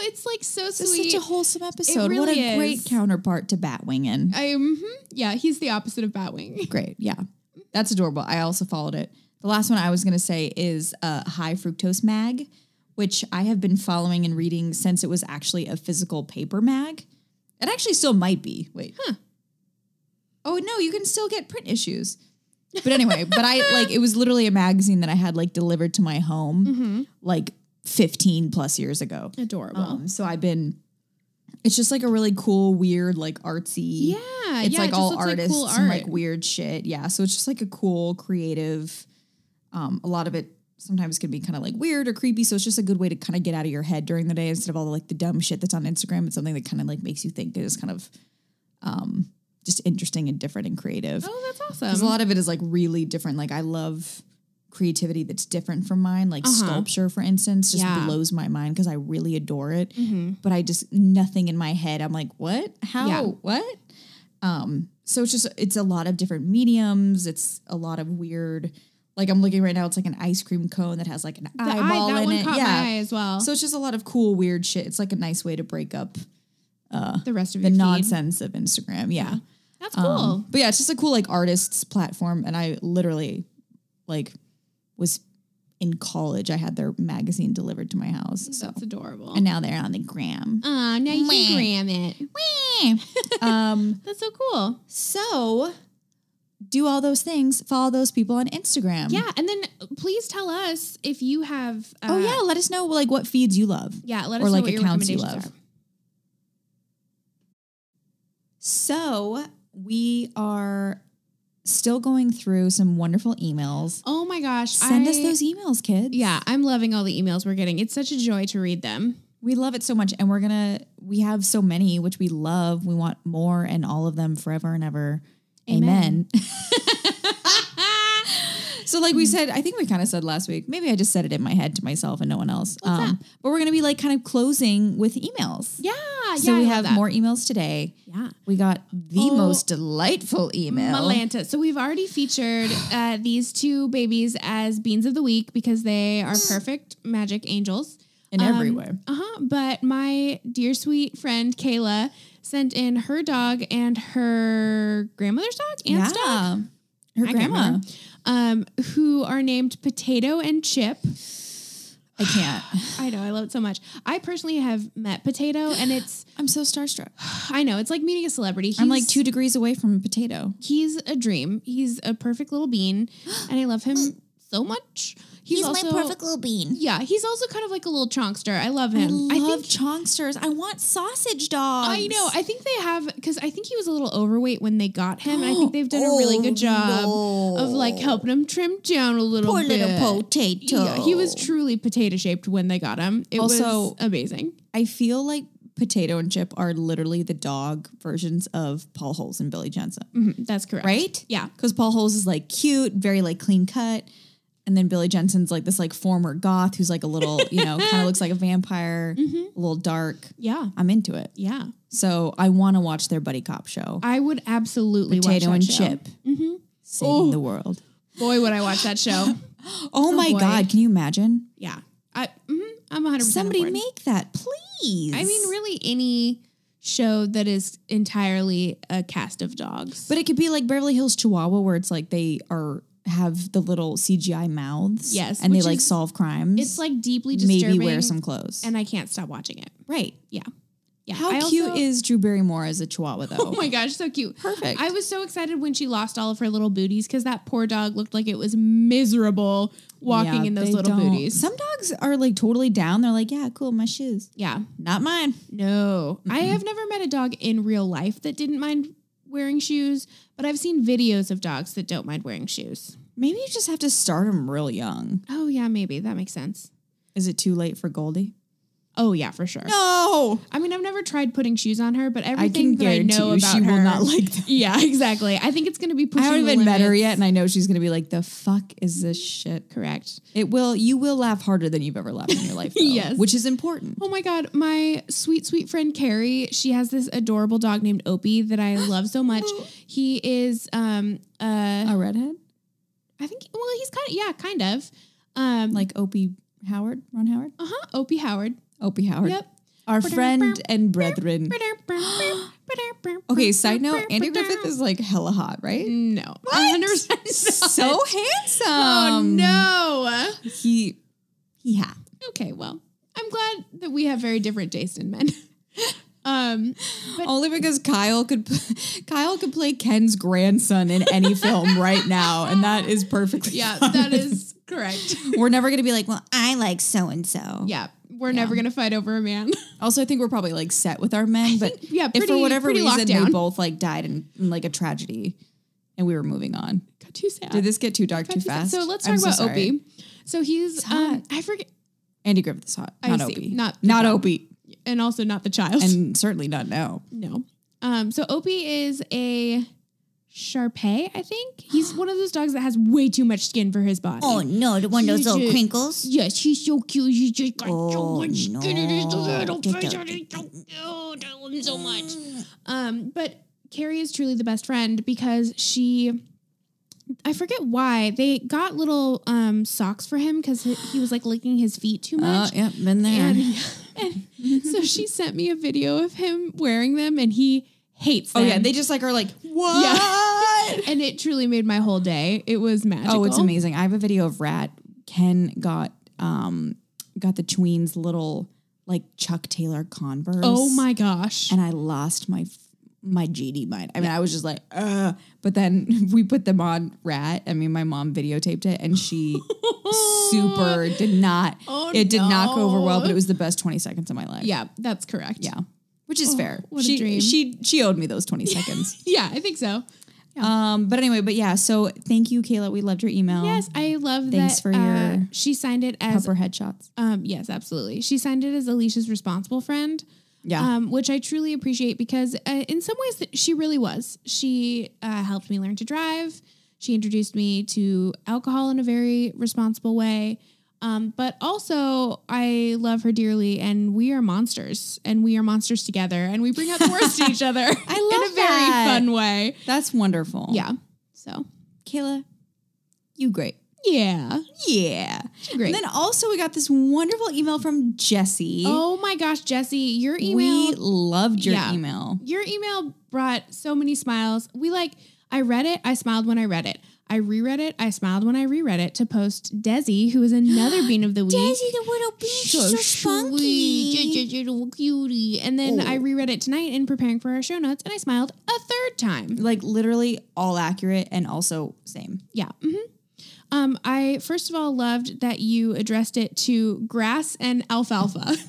S2: it's like so
S1: This
S2: sweet.
S1: is such a wholesome episode. what
S2: really
S1: a great
S2: is.
S1: counterpart to Batwingin.
S2: I mhm. yeah, he's the opposite of Batwing.
S1: great. Yeah. That's adorable. I also followed it. The last one I was going to say is uh, High Fructose Mag, which I have been following and reading since it was actually a physical paper mag. It actually still might be. Wait. Huh. Oh, no, you can still get print issues. But anyway, but I like it was literally a magazine that I had like delivered to my home
S2: Mm-hmm.
S1: like 15 plus years ago.
S2: Adorable.
S1: Um, so I've been, it's just like a really cool, weird, like artsy. It's
S2: Yeah, Uh, yeah,
S1: like
S2: it just
S1: all
S2: looks
S1: artists
S2: cool
S1: and
S2: art.
S1: like weird shit. Yeah. So it's just like a cool, creative, um, a lot of it sometimes can be kind of like weird or creepy. So it's just a good way to kind of get out of your head during the day instead of all the like the dumb shit that's on Instagram. It's something that kind of like makes you think it is kind of um just interesting and different and creative.
S2: Oh, that's
S1: Because
S2: awesome.
S1: a lot of it is like really different. Like I love creativity that's different from mine. Like
S2: Uh-huh.
S1: sculpture, for instance, just
S2: Yeah.
S1: blows my mind because I really adore it.
S2: Mhm.
S1: But I just nothing in my head. I'm like, what? How?
S2: Yeah.
S1: What? Um, so it's just it's a lot of different mediums. It's a lot of weird. Like I'm looking right now, it's like an ice cream cone that has like an
S2: The eye-
S1: eyeball
S2: that
S1: in
S2: one
S1: it.
S2: caught
S1: yeah.
S2: my eye as well.
S1: So it's just a lot of cool, weird shit. It's like a nice way to break up uh,
S2: the rest of
S1: the
S2: your feed.
S1: nonsense of Instagram. yeah.
S2: That's cool.
S1: Um, but yeah, it's just a cool like artists platform. And I literally like was in college. I had their magazine delivered to my house. So
S2: that's adorable.
S1: and now they're on the gram.
S2: Ah, now you
S3: Meh.
S2: can gram it.
S1: um,
S2: That's so cool.
S1: so do all those things. Follow those people on Instagram.
S2: Yeah, and then uh, please tell us if you have. Uh,
S1: Oh yeah. Let us know like what feeds you love.
S2: yeah. Let
S1: Or
S2: us
S1: like
S2: know what your
S1: accounts you
S2: recommendations
S1: love.
S2: are.
S1: So we are still going through some wonderful emails.
S2: Oh my gosh!
S1: Send us
S2: I-
S1: those emails, kids.
S2: Yeah, I'm loving all the emails we're getting. It's such a joy to read them.
S1: We love it so much. And we're going to, we have so many, which we love. We want more and all of them forever and ever. Amen.
S2: Amen.
S1: so, like we said, I think we kind of said last week, maybe I just said it in my head to myself and no one else. um, But we're going to be like kind of closing with emails.
S2: Yeah,
S1: So,
S2: yeah, I
S1: we
S2: love
S1: have
S2: that.
S1: more emails today.
S2: Yeah.
S1: We got the
S2: Oh,
S1: most delightful email.
S2: Malanta. So we've already featured uh, these two babies as beans of the week because they are perfect magic angels.
S1: Mm. In every way.
S2: Uh huh. But my dear sweet friend Kayla sent in her dog and her grandmother's dog, Aunt's dog,
S1: Her
S2: I can't
S1: grandma.
S2: remember. um, who are named Potato and Chip.
S1: I can't.
S2: I know, I love it so much. I personally have met Potato, and it's
S1: I'm so starstruck.
S2: I know it's like meeting a celebrity.
S1: I'm like
S2: He's-
S1: two degrees away from a potato.
S2: He's a dream. He's a perfect little bean, and I love him so much.
S3: He's,
S2: He's, also
S3: my perfect little bean.
S2: Yeah, he's also kind of like a little chonkster. I love him.
S1: I love
S2: think
S1: chonksters. I want sausage dogs.
S2: I know. I think they have because I think he was a little overweight when they got him, and I think they've done a really good job of like helping him trim down a little
S3: Poor
S2: bit.
S3: little potato.
S2: Yeah, he was truly potato shaped when they got him. It was
S1: Also-
S2: amazing.
S1: I feel like Potato and Chip are literally the dog versions of Paul Holes and Billy Jensen,
S2: Mhm, that's correct.
S1: right?
S2: Yeah.
S1: Because Paul Holes is like cute, very like clean cut. And then Billy Jensen's like this like former goth who's like a little, you know, kind of looks like a vampire,
S2: Mm-hmm.
S1: a little dark.
S2: Yeah.
S1: I'm into it.
S2: Yeah.
S1: So I want to watch their buddy cop show.
S2: I would absolutely
S1: Potato
S2: watch
S1: and
S2: that show.
S1: Chip. Saving
S2: Oh.
S1: the world.
S2: Boy, would I watch that show.
S1: Oh, my
S2: boy.
S1: God. Can you imagine?
S2: yeah. I mhm, I'm 100% on
S1: Somebody
S2: board.
S1: make that, please.
S2: I mean really any show that is entirely a cast of dogs.
S1: But it could be like Beverly Hills Chihuahua, where it's like they are have the little CGI mouths.
S2: Yes,
S1: and they
S2: which
S1: like
S2: is-
S1: solve crimes.
S2: it's like deeply disturbing
S1: maybe wear some clothes.
S2: and I can't stop watching it.
S1: right.
S2: Yeah. Yeah.
S1: How
S2: I
S1: cute
S2: also-
S1: is Drew Barrymore as a Chihuahua though?
S2: Oh my gosh, so cute.
S1: Perfect.
S2: I was so excited when she lost all of her little booties because that poor dog looked like it was miserable walking
S1: Yeah,
S2: in those
S1: they
S2: little
S1: don't-
S2: booties.
S1: Some dogs are like totally down. They're like, yeah, cool, my shoes.
S2: yeah.
S1: Not mine.
S2: No, I have never met a dog in real life that didn't mind wearing shoes, but I've seen videos of dogs that don't mind wearing shoes.
S1: Maybe you just have to start them real young.
S2: Oh, yeah, maybe that makes sense.
S1: Is it too late for Goldie?
S2: Oh, yeah, for sure.
S1: No.
S2: I mean, I've never tried putting shoes on her, but
S1: I can
S2: everything that I
S1: guarantee
S2: know
S1: you
S2: about
S1: she
S2: her,
S1: will not like that.
S2: Yeah, exactly. I think it's going to be
S1: I
S2: pushing.
S1: haven't
S2: the
S1: even met her
S2: limits.
S1: yet, and I know she's gonna be like, "The fuck is this shit?"
S2: Correct.
S1: It will. You will laugh harder than you've ever laughed in your life. Though,
S2: Yes.
S1: which is important.
S2: Oh my God, my sweet, sweet friend Carrie, she has this adorable dog named Opie that I love so much.
S1: Oh.
S2: He is, um, uh,
S1: A redhead
S2: I think, well, he's kind of, yeah, kind of. Um,
S1: like Opie Howard, Ron Howard,
S2: uh huh, Opie Howard.
S1: Opie Howard.
S2: Yep.
S1: Our friend and brethren. Okay. Side note: Andy Griffith is like hella hot, right?
S2: no, a hundred percent not.
S1: So handsome.
S2: Oh no.
S1: He he hot.
S2: Okay, well, I'm glad that we have very different taste in men. um, but
S1: Only because Kyle could Kyle could play Ken's grandson in any film right now, and that is perfectly.
S2: yeah,
S1: fine.
S2: that is correct.
S1: We're never gonna be like, well.
S3: I like so and so.
S2: Yeah, we're never gonna fight over a man.
S1: Also, I think we're probably like set with our men, but
S2: think- yeah,
S1: if for
S2: pretty-
S1: whatever
S2: pretty
S1: reason
S2: locked
S1: they
S2: down.
S1: both like died in, in like a tragedy, and we were moving on.
S2: Got too sad.
S1: Did this get too dark too fast?
S2: So let's talk
S1: I'm so
S2: about
S1: sorry.
S2: Opie. So he's um, I forget,
S1: Andy Griffith's hot,
S2: I
S1: not
S2: see.
S1: Opie,
S2: Not-
S1: not Opie,
S2: and also not the child.
S1: and certainly not now.
S2: No. Um, so Opie is a Shar Pei, I think. He's one of those dogs that has way too much skin for his body.
S3: Oh no, the one of those little
S2: Shoo-shoo.
S3: crinkles.
S2: Yes, he's so cute. He's just got so
S3: Oh
S2: much
S3: no.
S2: skin in his little
S3: Get
S2: face.
S3: the-
S2: and he's so cute. I love him so much. Um, but Carrie is truly the best friend because she. I forget why they got little um, socks for him because he he was like licking his feet
S1: Uh,
S2: too much.
S1: yep, been there.
S2: And, and so she sent me a video of him wearing them, and he hates
S1: oh
S2: them.
S1: yeah, they just like are like what?
S2: and it truly made my whole day. It was magical.
S1: Oh, it's amazing. I have a video of Rat. Ken got um got the Tweens little like Chuck Taylor Converse.
S2: Oh my gosh.
S1: and I lost my my GD mind. I mean, I was just like, uh. But then we put them on Rat. I mean, my mom videotaped it, and she super did not.
S2: Oh,
S1: it did not go over well,
S2: no.
S1: but it was the best twenty seconds of my life.
S2: yeah, that's correct.
S1: yeah, which is fair.
S2: what a
S1: she
S2: dream.
S1: she she owed me those twenty seconds.
S2: Yeah, I think so.
S1: Um, but anyway, but yeah. So thank you, Kayla. We loved your email.
S2: Yes, I love
S1: Thanks
S2: that.
S1: for
S2: uh,
S1: your
S2: she signed it as
S1: pupper headshots.
S2: um yes, absolutely. She signed it as Alicia's responsible friend.
S1: Yeah.
S2: Um, which I truly appreciate because uh, in some ways that she really was. She uh, helped me learn to drive. She introduced me to alcohol in a very responsible way. Um, but also, I love her dearly, and we are monsters, and we are monsters together, and we bring out the worst in each other. I love in
S1: love
S2: a
S1: that.
S2: very fun way.
S1: That's wonderful.
S2: Yeah. So
S1: Kayla, you great.
S2: yeah,
S1: Yeah. And
S2: great.
S1: then also we got this wonderful email from Jesse.
S2: Oh my gosh, Jesse, your
S1: We
S2: email
S1: loved your
S2: Yeah.
S1: email.
S2: your email brought so many smiles. We like I read it, I smiled when I read it. I reread it, I smiled when I reread it to post Desi, who is another bean of the week.
S3: Daisy the little bee, she's so spunky. Oh.
S2: sweet, just a little cutie. And then I reread it tonight in preparing for our show notes, and I smiled a third time.
S1: Like literally all accurate and also same.
S2: Yeah. hmm Um, I first of all loved that you addressed it to grass and alfalfa.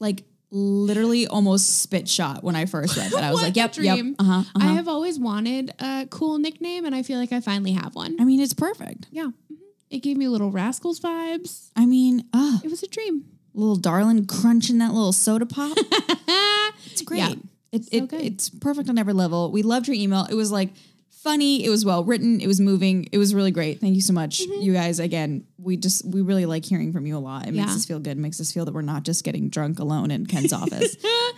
S1: Like literally almost spit shot when I first read that. I was
S2: What
S1: like,
S2: a
S1: yep, yep,
S2: dream.
S1: uh huh.
S2: I
S3: Uh-huh.
S2: have always wanted a cool nickname, and I feel like I finally have one.
S1: I mean, it's perfect.
S2: Yeah, Mhm. it gave me little rascals vibes.
S1: I mean, ah,
S2: It was a dream.
S1: little darling crunching that little soda pop.
S2: it's
S1: It's great.
S2: Yeah.
S1: It,
S2: So
S1: it-
S2: good.
S1: It's perfect on every level. We loved your email. It was like funny. It was well written. It was moving. It was really great. Thank you so much,
S2: Mm-hmm.
S1: you guys. Again, we just we really like hearing from you a lot. It makes
S2: Yeah.
S1: us feel good. It makes us feel that we're not just getting drunk alone in Ken's office,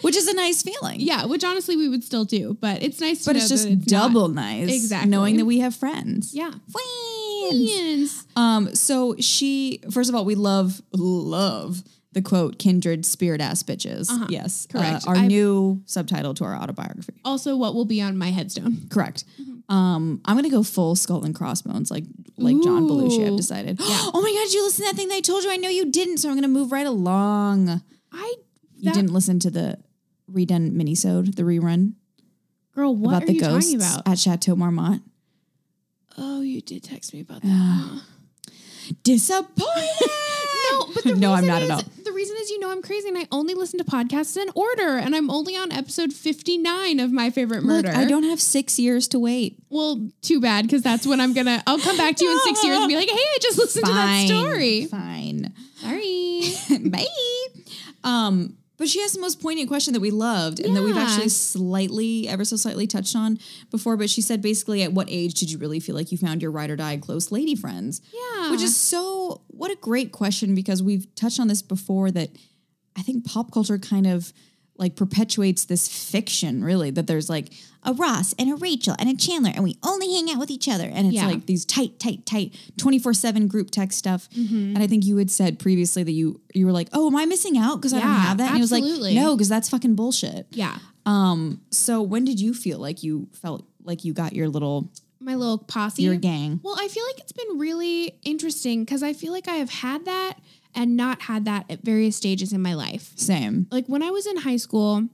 S1: which is a nice feeling.
S2: yeah, which honestly we would still do, but it's nice. To
S1: but
S2: know
S1: it's
S2: that
S1: just
S2: not-
S1: double nice.
S2: Exactly.
S1: knowing that we have friends.
S2: Yeah.
S1: Friends.
S2: Friends.
S1: Um, so she, first of all, we love, love the quote, kindred spirit ass bitches. Yes. uh,
S2: Uh-huh. Correct.
S1: our
S2: I've-
S1: new subtitle to our autobiography.
S2: Also, what will be on my headstone?
S1: Correct.
S2: Mm-hmm.
S1: Um, I'm going to go full skull and crossbones, like, like John Belushi, I've
S2: Ooh.
S1: decided.
S2: Yeah.
S1: Oh my God, you listened to that thing that I told you. I know you didn't. So I'm going to move right along.
S2: I
S1: you
S2: that-
S1: didn't listen to the redone minisode, the rerun
S2: girl. What
S1: about
S2: are
S1: the
S2: you
S1: ghosts
S2: talking about?
S1: at Chateau Marmont.
S2: Oh, you did text me about that.
S1: Disappointed.
S2: no, but the
S1: No, I'm
S2: reason
S1: not at
S2: is-
S1: all.
S2: The reason is, you know, I'm crazy and I only listen to podcasts in order, and I'm only on episode 59 of my favorite murder.
S1: Look, I don't have six years to wait.
S2: Well, too bad because that's when I'm gonna. I'll come back to you in six years and be like, "Hey, I just listened to that story."
S1: Fine.
S2: Sorry.
S1: Bye. Um, but she asked the most poignant question that we loved and that we've
S2: Yeah.
S1: actually slightly, ever so slightly touched on before. But she said basically, at what age did you really feel like you found your ride or die close lady friends?
S2: Yeah.
S1: Which is so, what a great question because we've touched on this before that I think pop culture kind of like perpetuates this fiction really that there's like
S3: a Ross and a Rachel and a Chandler, and we only hang out with each other.
S1: and
S3: And
S1: it's
S2: Yeah.
S1: like these tight tight tight 24/7 group text stuff
S2: Mm-hmm.
S1: and i think you had said previously that you you were like oh am i missing out because i don't
S2: Yeah,
S1: have that and it was like
S2: absolutely.
S1: no because that's fucking bullshit
S2: yeah.
S1: um so when did you feel like you felt like you got your little
S2: My little posse.
S1: your gang
S2: Well, I feel like it's been really interesting because I feel like I have had that and not had that at various stages in my life.
S1: same
S2: like when I was in high school,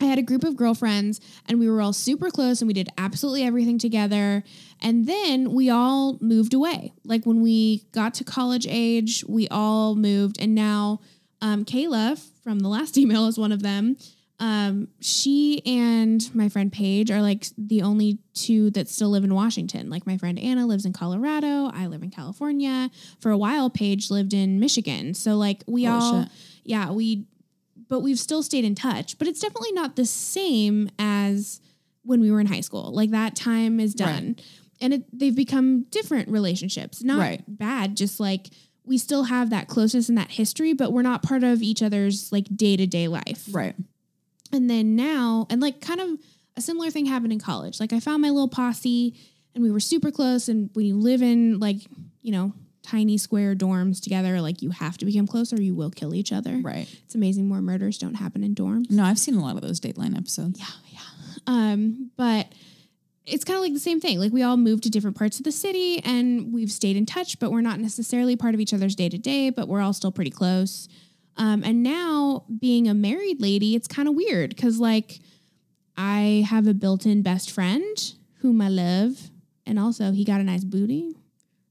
S2: I had a group of girlfriends and we were all super close and we did absolutely everything together. And then we all moved away. Like when we got to college age, we all moved. And now um, Kayla from the last email is one of them. Um, she and my friend Paige are like the only two that still live in Washington. Like my friend Anna lives in Colorado. I live in California. For a while, Paige lived in Michigan. So like we
S1: Holy
S2: all,
S1: shit.
S2: yeah, we but we've still stayed in touch. But it's definitely not the same as when we were in high school. Like that time is done. And it, they've become different relationships. Not
S1: Right.
S2: bad, just like we still have that closeness and that history, but we're not part of each other's like day to day life.
S1: right
S2: And then now, and like kind of a similar thing happened in college. Like I found my little posse and we were super close. And when you live in like, you know, tiny square dorms together, like you have to become close or you will kill each other.
S1: right
S2: It's amazing more murders don't happen in dorms.
S1: no i've seen a lot of those dateline episodes
S2: Yeah, yeah. Um, but it's kind of like the same thing. Like we all moved to different parts of the city and we've stayed in touch, but we're not necessarily part of each other's day to day, but we're all still pretty close. Um, and now being a married lady, it's kind of weird because like I have a built in best friend whom I love, and also he got a nice booty.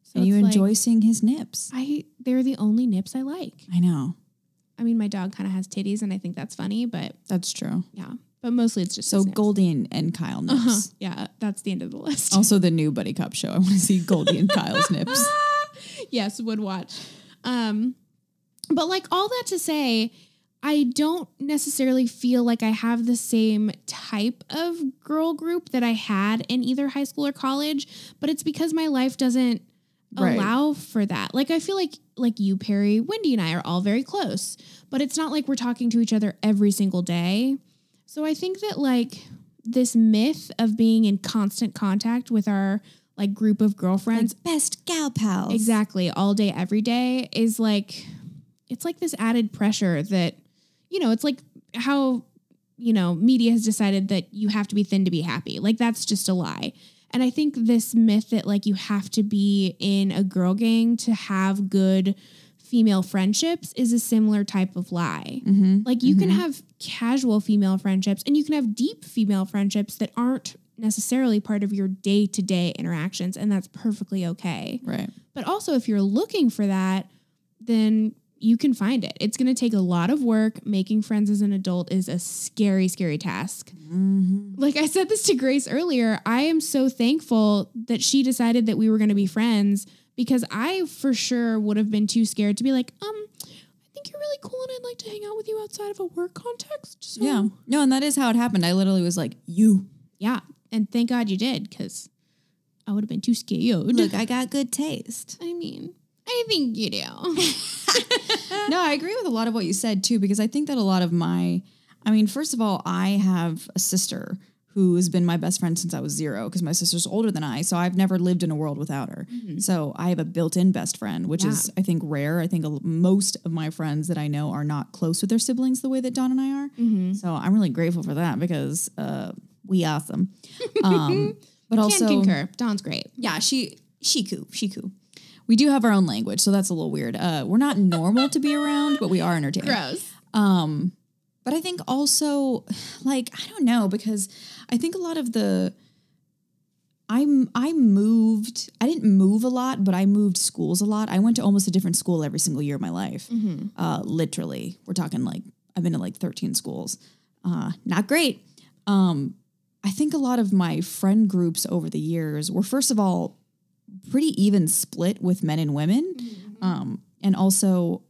S2: So
S1: and you
S2: it's like,
S1: enjoy seeing his nips
S2: I they're the only nips I like.
S1: i know
S2: I mean, my dog kind of has titties, and I think that's funny, but
S1: that's true
S2: yeah, but mostly it's just
S1: so
S2: his nips.
S1: goldie and, and kyle nips
S2: Uh-huh. Yeah, that's the end of the list.
S1: also the new buddy cop show i want to see goldie and kyle's nips
S2: yes, would watch. Um, but like all that to say, I don't necessarily feel like I have the same type of girl group that I had in either high school or college, but it's because my life doesn't
S1: Right.
S2: allow for that. Like I feel like like you, Perry, Wendy, and I are all very close, but it's not like we're talking to each other every single day. So I think that like this myth of being in constant contact with our like group of girlfriends
S3: Best gal pals.
S2: Exactly. All day, every day is like, it's like this added pressure that, you know, it's like how, you know, media has decided that you have to be thin to be happy. Like, that's just a lie. And I think this myth that, like, you have to be in a girl gang to have good female friendships is a similar type of lie.
S1: mm-hmm.
S2: Like you can have casual female friendships and you can have deep female friendships that aren't necessarily part of your day to day interactions, and that's perfectly okay.
S1: Right.
S2: But also, if you're looking for that, then you can find it. It's going to take a lot of work. Making friends as an adult is a scary, scary task.
S3: Mm-hmm.
S2: Like I said this to Grace earlier, I am so thankful that she decided that we were going to be friends because I for sure would have been too scared to be like, um, I think you're really cool and I'd like to hang out with you outside of a work context. So.
S1: Yeah. No, and that is how it happened. I literally was like, you.
S2: Yeah. And thank God you did because I would have been too scared.
S3: Look, I got good taste.
S2: I mean, I think you do.
S1: no, I agree with a lot of what you said too, because I think that a lot of my, I mean, first of all, I have a sister who has been my best friend since I was zero because my sister's older than I. So I've never lived in a world without her.
S2: Mm-hmm.
S1: So I have a built in best friend, which is, I think, rare. I think a l- most of my friends that I know are not close with their siblings the way that Don and I are.
S2: Mm-hmm.
S1: So I'm really grateful for that because uh, we awesome. Um, but also,
S2: Can concur. Don's great.
S1: yeah, she Shiku, Shiku. We do have our own language, so that's a little weird. Uh, we're not normal to be around, but we are entertaining.
S2: Gross.
S1: Um, but I think also, like, I don't know, because I think a lot of the I'm I moved, I didn't move a lot, but I moved schools a lot. I went to almost a different school every single year of my life. Uh, literally. We're talking like I've been to like 13 schools. Uh, not great. Um, I think a lot of my friend groups over the years were first of all pretty even split with men and women. Um, and also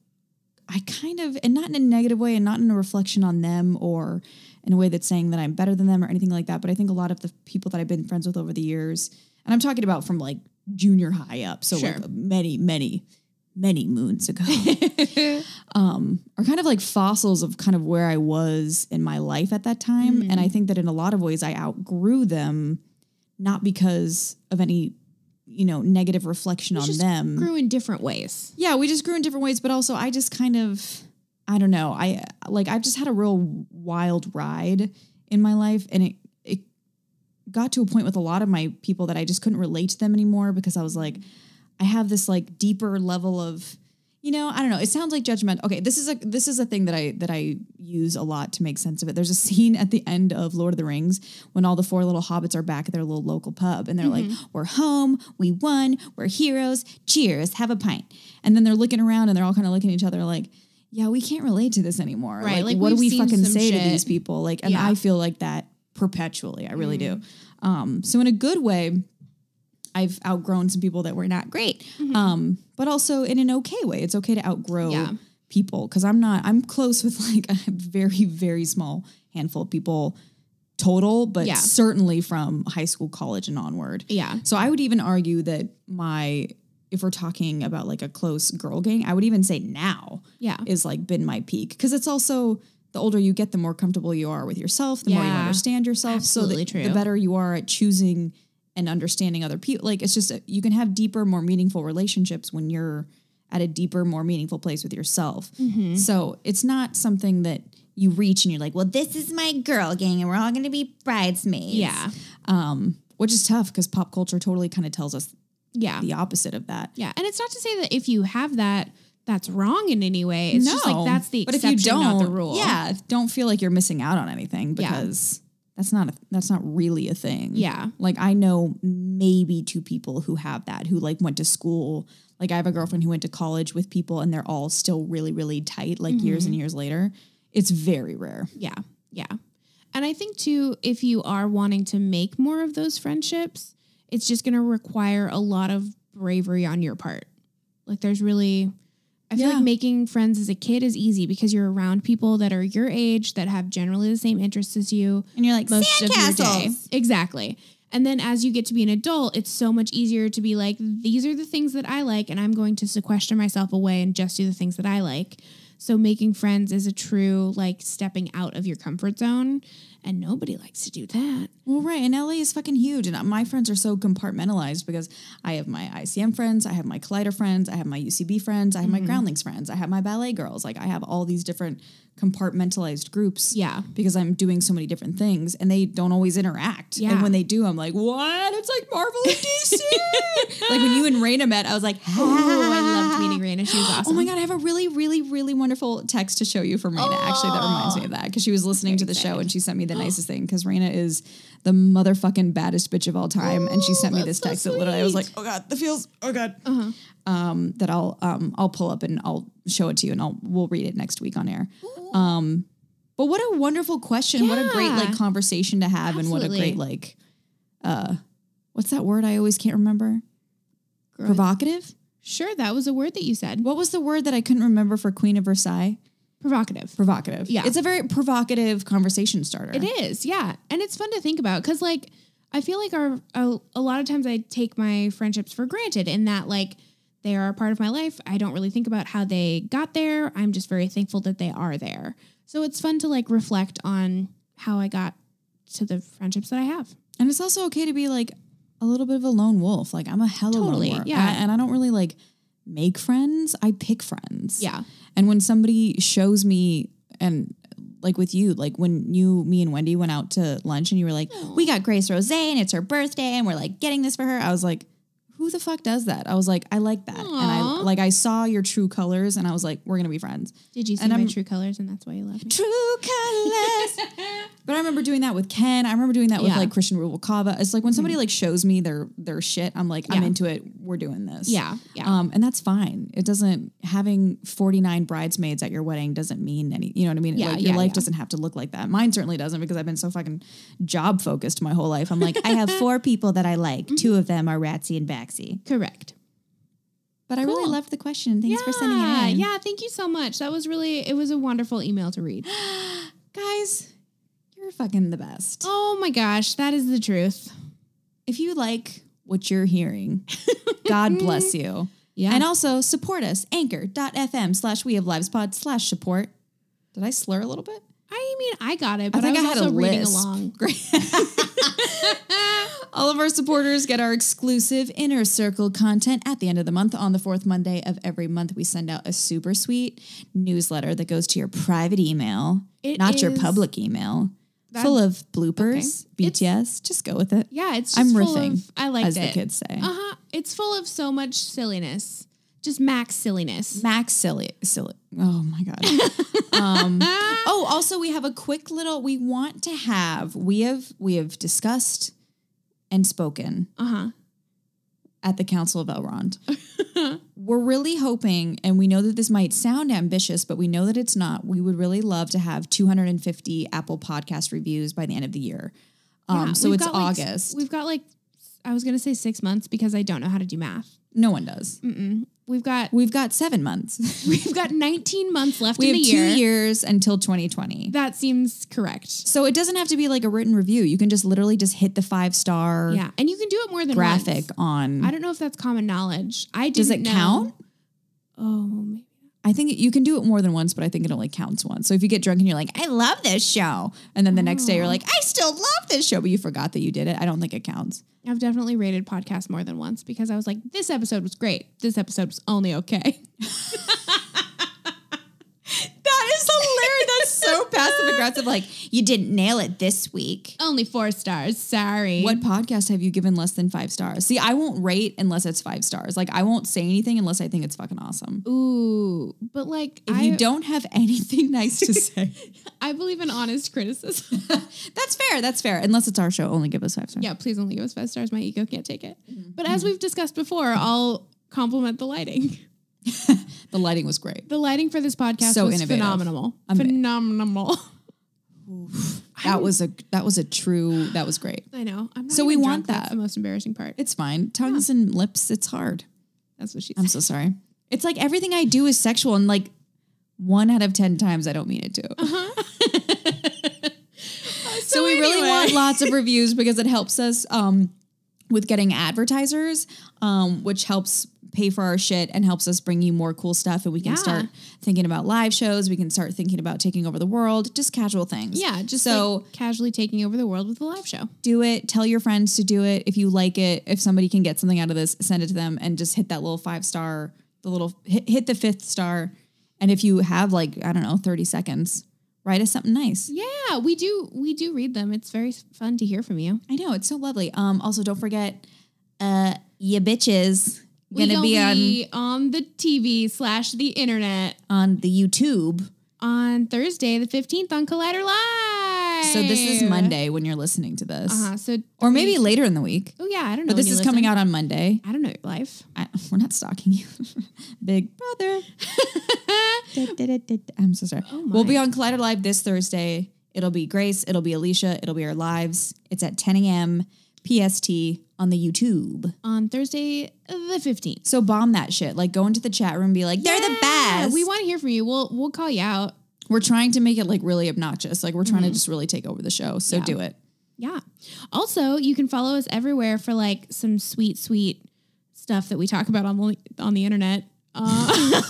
S1: I kind of, and not in a negative way and not in a reflection on them or in a way that's saying that I'm better than them or anything like that, but I think a lot of the people that I've been friends with over the years, and I'm talking about from like junior high up, so
S2: Sure.
S1: like many, many, many moons ago, um, are kind of like fossils of kind of where I was in my life at that time. And
S2: Mm-hmm.
S1: I think that in a lot of ways I outgrew them, not because of any, you know, negative reflection on
S2: just
S1: them
S2: Grew in different ways.
S1: yeah, we just grew in different ways, but also I just kind of I don't know. I like I've just had a real wild ride in my life and it it got to a point with a lot of my people that I just couldn't relate to them anymore because I was like
S2: Mm-hmm.
S1: I have this like deeper level of you know, I don't know. It sounds like judgment. Okay, this is a this is a thing that I that I use a lot to make sense of it. There's a scene at the end of Lord of the Rings when all the four little hobbits are back at their little local pub and they're like,
S2: Mm-hmm.
S1: "We're home, we won, we're heroes. Cheers, have a pint." And then they're looking around and they're all kind of looking at each other like, "Yeah, we can't relate to this anymore.
S2: Right, like,
S1: what do
S2: we've
S1: we
S2: seen
S1: fucking
S2: some
S1: say to
S2: shit.
S1: these people?" Like, and
S2: Yeah. Mm-hmm.
S1: I feel like that perpetually. I really do. Um, so in a good way, I've outgrown some people that were not great. Um, but also in an okay way. It's okay to outgrow
S2: Mm-hmm. Yeah.
S1: people because I'm not, I'm close with like a very, very small handful of people total, but
S2: Yeah.
S1: certainly from high school, college, and onward.
S2: Yeah.
S1: So I would even argue that my, if we're talking about like a close girl gang, I would even say now
S2: Yeah.
S1: is like been my peak because it's also the older you get, the more comfortable you are with yourself, the more you
S2: Yeah.
S1: understand yourself. so
S2: Absolutely
S1: the, the
S2: true.
S1: better you are at choosing and understanding other people. Like it's just you can have deeper, more meaningful relationships when you're at a deeper, more meaningful place with yourself.
S2: Mm-hmm.
S1: So it's not something that you reach and you're like,
S3: Well, this is my girl gang, and we're all going to be bridesmaids.
S2: Yeah.
S1: um, which is tough because pop culture totally kind of tells us
S2: Yeah.
S1: the opposite of that.
S2: Yeah. And it's not to say that if you have that, that's wrong in any way. It's just like that's the
S1: but
S2: exception,
S1: if you don't,
S2: not the rule.
S1: Yeah, don't feel like you're missing out on anything
S2: Yeah.
S1: because that's not a, that's not really a thing.
S2: Yeah.
S1: like I know maybe two people who have that who like went to school. Like I have a girlfriend who went to college with people, and they're all still really really tight. Like years
S2: Mm-hmm.
S1: and years later, it's very rare.
S2: Yeah. Yeah. And I think too, if you are wanting to make more of those friendships, it's just going to require a lot of bravery on your part. Like there's really, I feel
S1: Yeah.
S2: like making friends as a kid is easy because you're around people that are your age that have generally the same interests as you.
S1: And you're like,
S2: most of your day.
S3: Sandcastles.
S2: Exactly. And then as you get to be an adult, it's so much easier to be like, these are the things that I like, and I'm going to sequester myself away and just do the things that I like. So making friends is a true like stepping out of your comfort zone, and nobody likes to do that.
S1: Well, right, and LA is fucking huge, and my friends are so compartmentalized because I have my ICM friends, I have my Collider friends, I have my UCB friends, I have
S2: Mm-hmm.
S1: my Groundlings friends, I have my ballet girls. Like I have all these different compartmentalized groups.
S2: Yeah.
S1: because I'm doing so many different things, and they don't always interact.
S2: Yeah.
S1: and when they do, I'm like, what? It's like Marvel and DC. like when you and Raina met, I was like,
S2: Oh, I loved meeting Rihanna. She was awesome.
S1: Oh my god, I have a really, really, really wonderful text to show you from Raina. Actually, that reminds me of that because she was listening to the show and she sent me the nicest thing because Raina is the motherfucking baddest bitch of all time, and she sent me this text that literally I was like, oh god, the feels, oh god.
S2: Uh-huh.
S1: Um, that I'll um I'll pull up and I'll show it to you and I'll we'll read it next week on air. Um, but what a wonderful question! What a great
S2: Yeah.
S1: like conversation to have, and what a
S2: Absolutely.
S1: great like, uh, what's that word I always can't remember?
S2: Gross.
S1: Provocative.
S2: Sure, that was a word that you said.
S1: What was the word that I couldn't remember for Queen of Versailles?
S2: Provocative.
S1: provocative.
S2: Yeah.
S1: It's a very provocative conversation starter.
S2: It is, yeah. And it's fun to think about because, like, I feel like our a, a lot of times I take my friendships for granted in that, like, they are a part of my life. I don't really think about how they got there. I'm just very thankful that they are there. So it's fun to like reflect on how I got to the friendships that I have.
S1: And it's also okay to be like a little bit of a lone wolf. Like I'm a hella
S2: Totally,
S1: lone wolf.
S2: yeah.
S1: I- and I don't really like make friends. I pick friends.
S2: Yeah.
S1: And when somebody shows me and like with you, like when you, me and Wendy went out to lunch and you were like, we got Grace Rose and it's her birthday and we're like getting this for her. I was like, who the fuck does that? I was like, I like that. And I
S2: Aw.
S1: like, I saw your true colors and I was like, we're going to be friends.
S2: Did you see
S1: And
S2: my
S1: I'm-
S2: true colors and that's why you love me?
S1: true colors. but I remember doing that with Ken. I remember doing that with
S2: Yeah. Mm-hmm.
S1: like Christian Rubalcava. It's like when somebody like shows me their their shit, I'm like, I'm
S2: Yeah.
S1: into it. We're doing this.
S2: Yeah, yeah.
S1: Um, and that's fine. It doesn't having 49 bridesmaids at your wedding doesn't mean any. You know what I mean?
S2: Yeah,
S1: like, your
S2: yeah,
S1: life
S2: yeah.
S1: doesn't have to look like that. Mine certainly doesn't because I've been so fucking job focused my whole life. I'm like, I have four people that I like. Two
S2: Mm-hmm.
S1: of them are Ratsy and Baxi.
S2: Correct.
S1: But I really loved the question. Thanks for sending
S2: Yeah,
S1: it in.
S2: yeah, thank you so much. That was really it was a wonderful email to read.
S1: guys, you're fucking the best.
S2: Oh my gosh, that is the truth.
S1: if you like what you're hearing, God bless you.
S2: Yeah.
S1: And also support us, anchor.fm slash we have lives pod slash support. Did I slur a little bit?
S2: I mean, I got it, but I,
S1: think
S2: was
S1: I had a
S2: also reading
S1: lisp.
S2: along.
S1: All of our supporters get our exclusive inner circle content at the end of the month. On the fourth Monday of every month, we send out a super sweet newsletter that goes to your private email,
S2: It
S1: not your
S2: is-
S1: public email, full of bloopers, BTS. just go with it.
S2: Yeah, it's just
S1: I'm
S2: full
S1: riffing,
S2: Of, I liked
S1: as
S2: it.
S1: the kids say.
S2: Uh huh. It's full of so much silliness, just max silliness.
S1: Max silly silly. Oh my god. um,
S2: Ah,
S1: oh, also we have a quick little. We want to have. We have we have discussed and spoken
S2: Uh huh.
S1: at the Council of Elrond. We're really hoping, and we know that this might sound ambitious, but we know that it's not. We would really love to have 250 Apple Podcast reviews by the end of the year. Um, so it's August.
S2: we've got like, I was gonna say six months because I don't know how to do math.
S1: no one does.
S2: We've got
S1: We've got seven months.
S2: Mm. we've got 19 months left
S1: we
S2: in
S1: have
S2: the
S1: two
S2: year.
S1: years until 2020.
S2: That seems correct.
S1: So it doesn't have to be like a written review. You can just literally just hit the five star
S2: Yeah, and you can do it more than
S1: graphic
S2: once.
S1: on.
S2: I don't know if that's common knowledge. I
S1: Does
S2: didn't
S1: it
S2: know.
S1: count?
S2: Oh, maybe.
S1: I think you can do it more than once, but I think it only counts once. So if you get drunk and you're like, I love this show. And then the next day
S2: Oh.
S1: you're like, I still love this show, but you forgot that you did it. I don't think it counts.
S2: I've definitely rated podcasts more than once because I was like, this episode was great. This episode was only okay.
S1: That is hilarious. That's so passive aggressive. Like,
S3: You didn't nail it this week.
S2: only four stars. Sorry.
S1: what podcast have you given less than five stars? See, I won't rate unless it's five stars. Like, I won't say anything unless I think it's fucking awesome.
S2: Ooh, but like
S1: If
S2: I,
S1: you don't have anything nice to say,
S2: I believe in honest criticism.
S1: that's fair. That's fair. Unless it's our show, only give us five stars.
S2: yeah, please only give us five stars. My ego can't take it.
S1: Mm-hmm.
S2: But as we've discussed before, I'll compliment the lighting.
S1: The lighting was great.
S2: The lighting for this podcast
S1: So
S2: was
S1: innovative.
S2: phenomenal.
S1: I'm-
S2: phenomenal.
S1: That was a that was a true that was great.
S2: I know. I'm not
S1: So we
S2: even
S1: want
S2: drunk. That's
S1: that.
S2: the most embarrassing part.
S1: It's fine. Tongues and lips, it's hard.
S2: That's what she
S1: I'm
S2: said.
S1: so sorry. It's like everything I do is sexual and like one out of ten times I don't mean it to. so, we really
S2: Uh-huh. anyway.
S1: want lots of reviews because it helps us um with getting advertisers, um, which helps pay for our shit and helps us bring you more cool stuff and we can
S2: Yeah.
S1: start thinking about live shows, we can start thinking about taking over the world, just casual things.
S2: Yeah, just
S1: Um, so
S2: like casually taking over the world with a live show.
S1: do it. Tell your friends to do it. If you like it, if somebody can get something out of this, send it to them and just hit that little five star, the little hit, hit the fifth star. And if you have like, I don't know, 30 seconds, write us something nice.
S2: Yeah, we do. We do read them. It's very fun to hear from you.
S1: I know it's so lovely. Um, also don't forget, uh, you bitches
S2: We
S1: gonna
S2: gonna
S1: be
S2: be,
S1: on-
S2: on the TV slash the internet
S1: on the YouTube.
S2: on Thursday the fifteenth on Collider Live.
S1: So this is Monday when you're listening to this,
S2: Uh huh. So
S1: or maybe later in the week.
S2: oh yeah, I don't know.
S1: But this
S2: when
S1: is
S2: you
S1: coming
S2: listen.
S1: out on Monday.
S2: I don't know your life.
S1: I, we're not stalking you, Big Brother. Da, da, da, da, da. I'm so sorry.
S2: Oh
S1: we'll be on Collider Live this Thursday. It'll be Grace. It'll be Alicia. It'll be our lives. It's at 10 a.m. PST on the YouTube.
S2: on Thursday the fifteenth.
S1: So bomb that shit. Like go into the chat room and be like, they're the best.
S2: We want to hear from you. We'll we'll call you out.
S1: we're trying to make it like really obnoxious. Like we're trying
S2: Mm-hmm.
S1: to just really take over the show. So do it.
S2: Yeah. Also, you can follow us everywhere for like some sweet, sweet stuff that we talk about on the on the internet. Uh,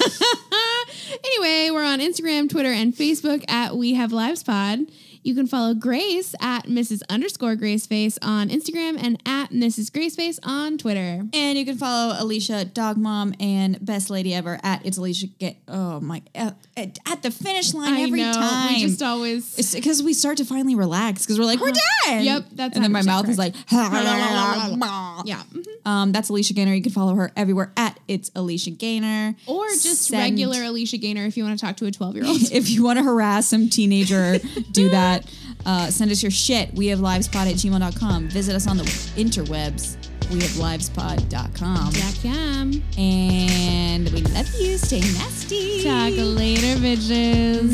S2: anyway, we're on Instagram, Twitter, and Facebook at We Have Lives Pod. You can follow Grace at Mrs. underscore Graceface on Instagram and at Mrs. Graceface on Twitter.
S1: And you can follow Alicia, Dog Mom, and Best Lady Ever at It's Alicia. Get oh my, uh, at at the finish line every time.
S2: we just always.
S1: It's because we start to finally relax because we're like, we're done.
S2: Uh-huh. Yep, that's
S1: and then my
S2: 100%
S1: mouth is like,
S2: Yeah. mhm.
S1: um, that's Alicia Gaynor. You can follow her everywhere at it's Alicia Gaynor.
S2: Or just
S1: Send-
S2: regular Alicia Gaynor if you want to talk to a 12 year old.
S1: If you want to harass some teenager, do that. Uh, send us your shit. We have livespod at gmail.com. Visit us on the interwebs. We have livespod.com.
S2: Jack Yam.
S1: And we love you. Stay nasty.
S2: Talk later, bitches.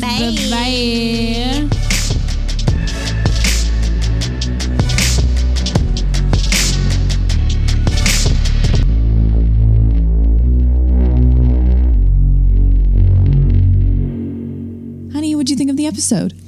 S2: Bye.
S3: Bye.
S1: Honey, what'd you think of the episode?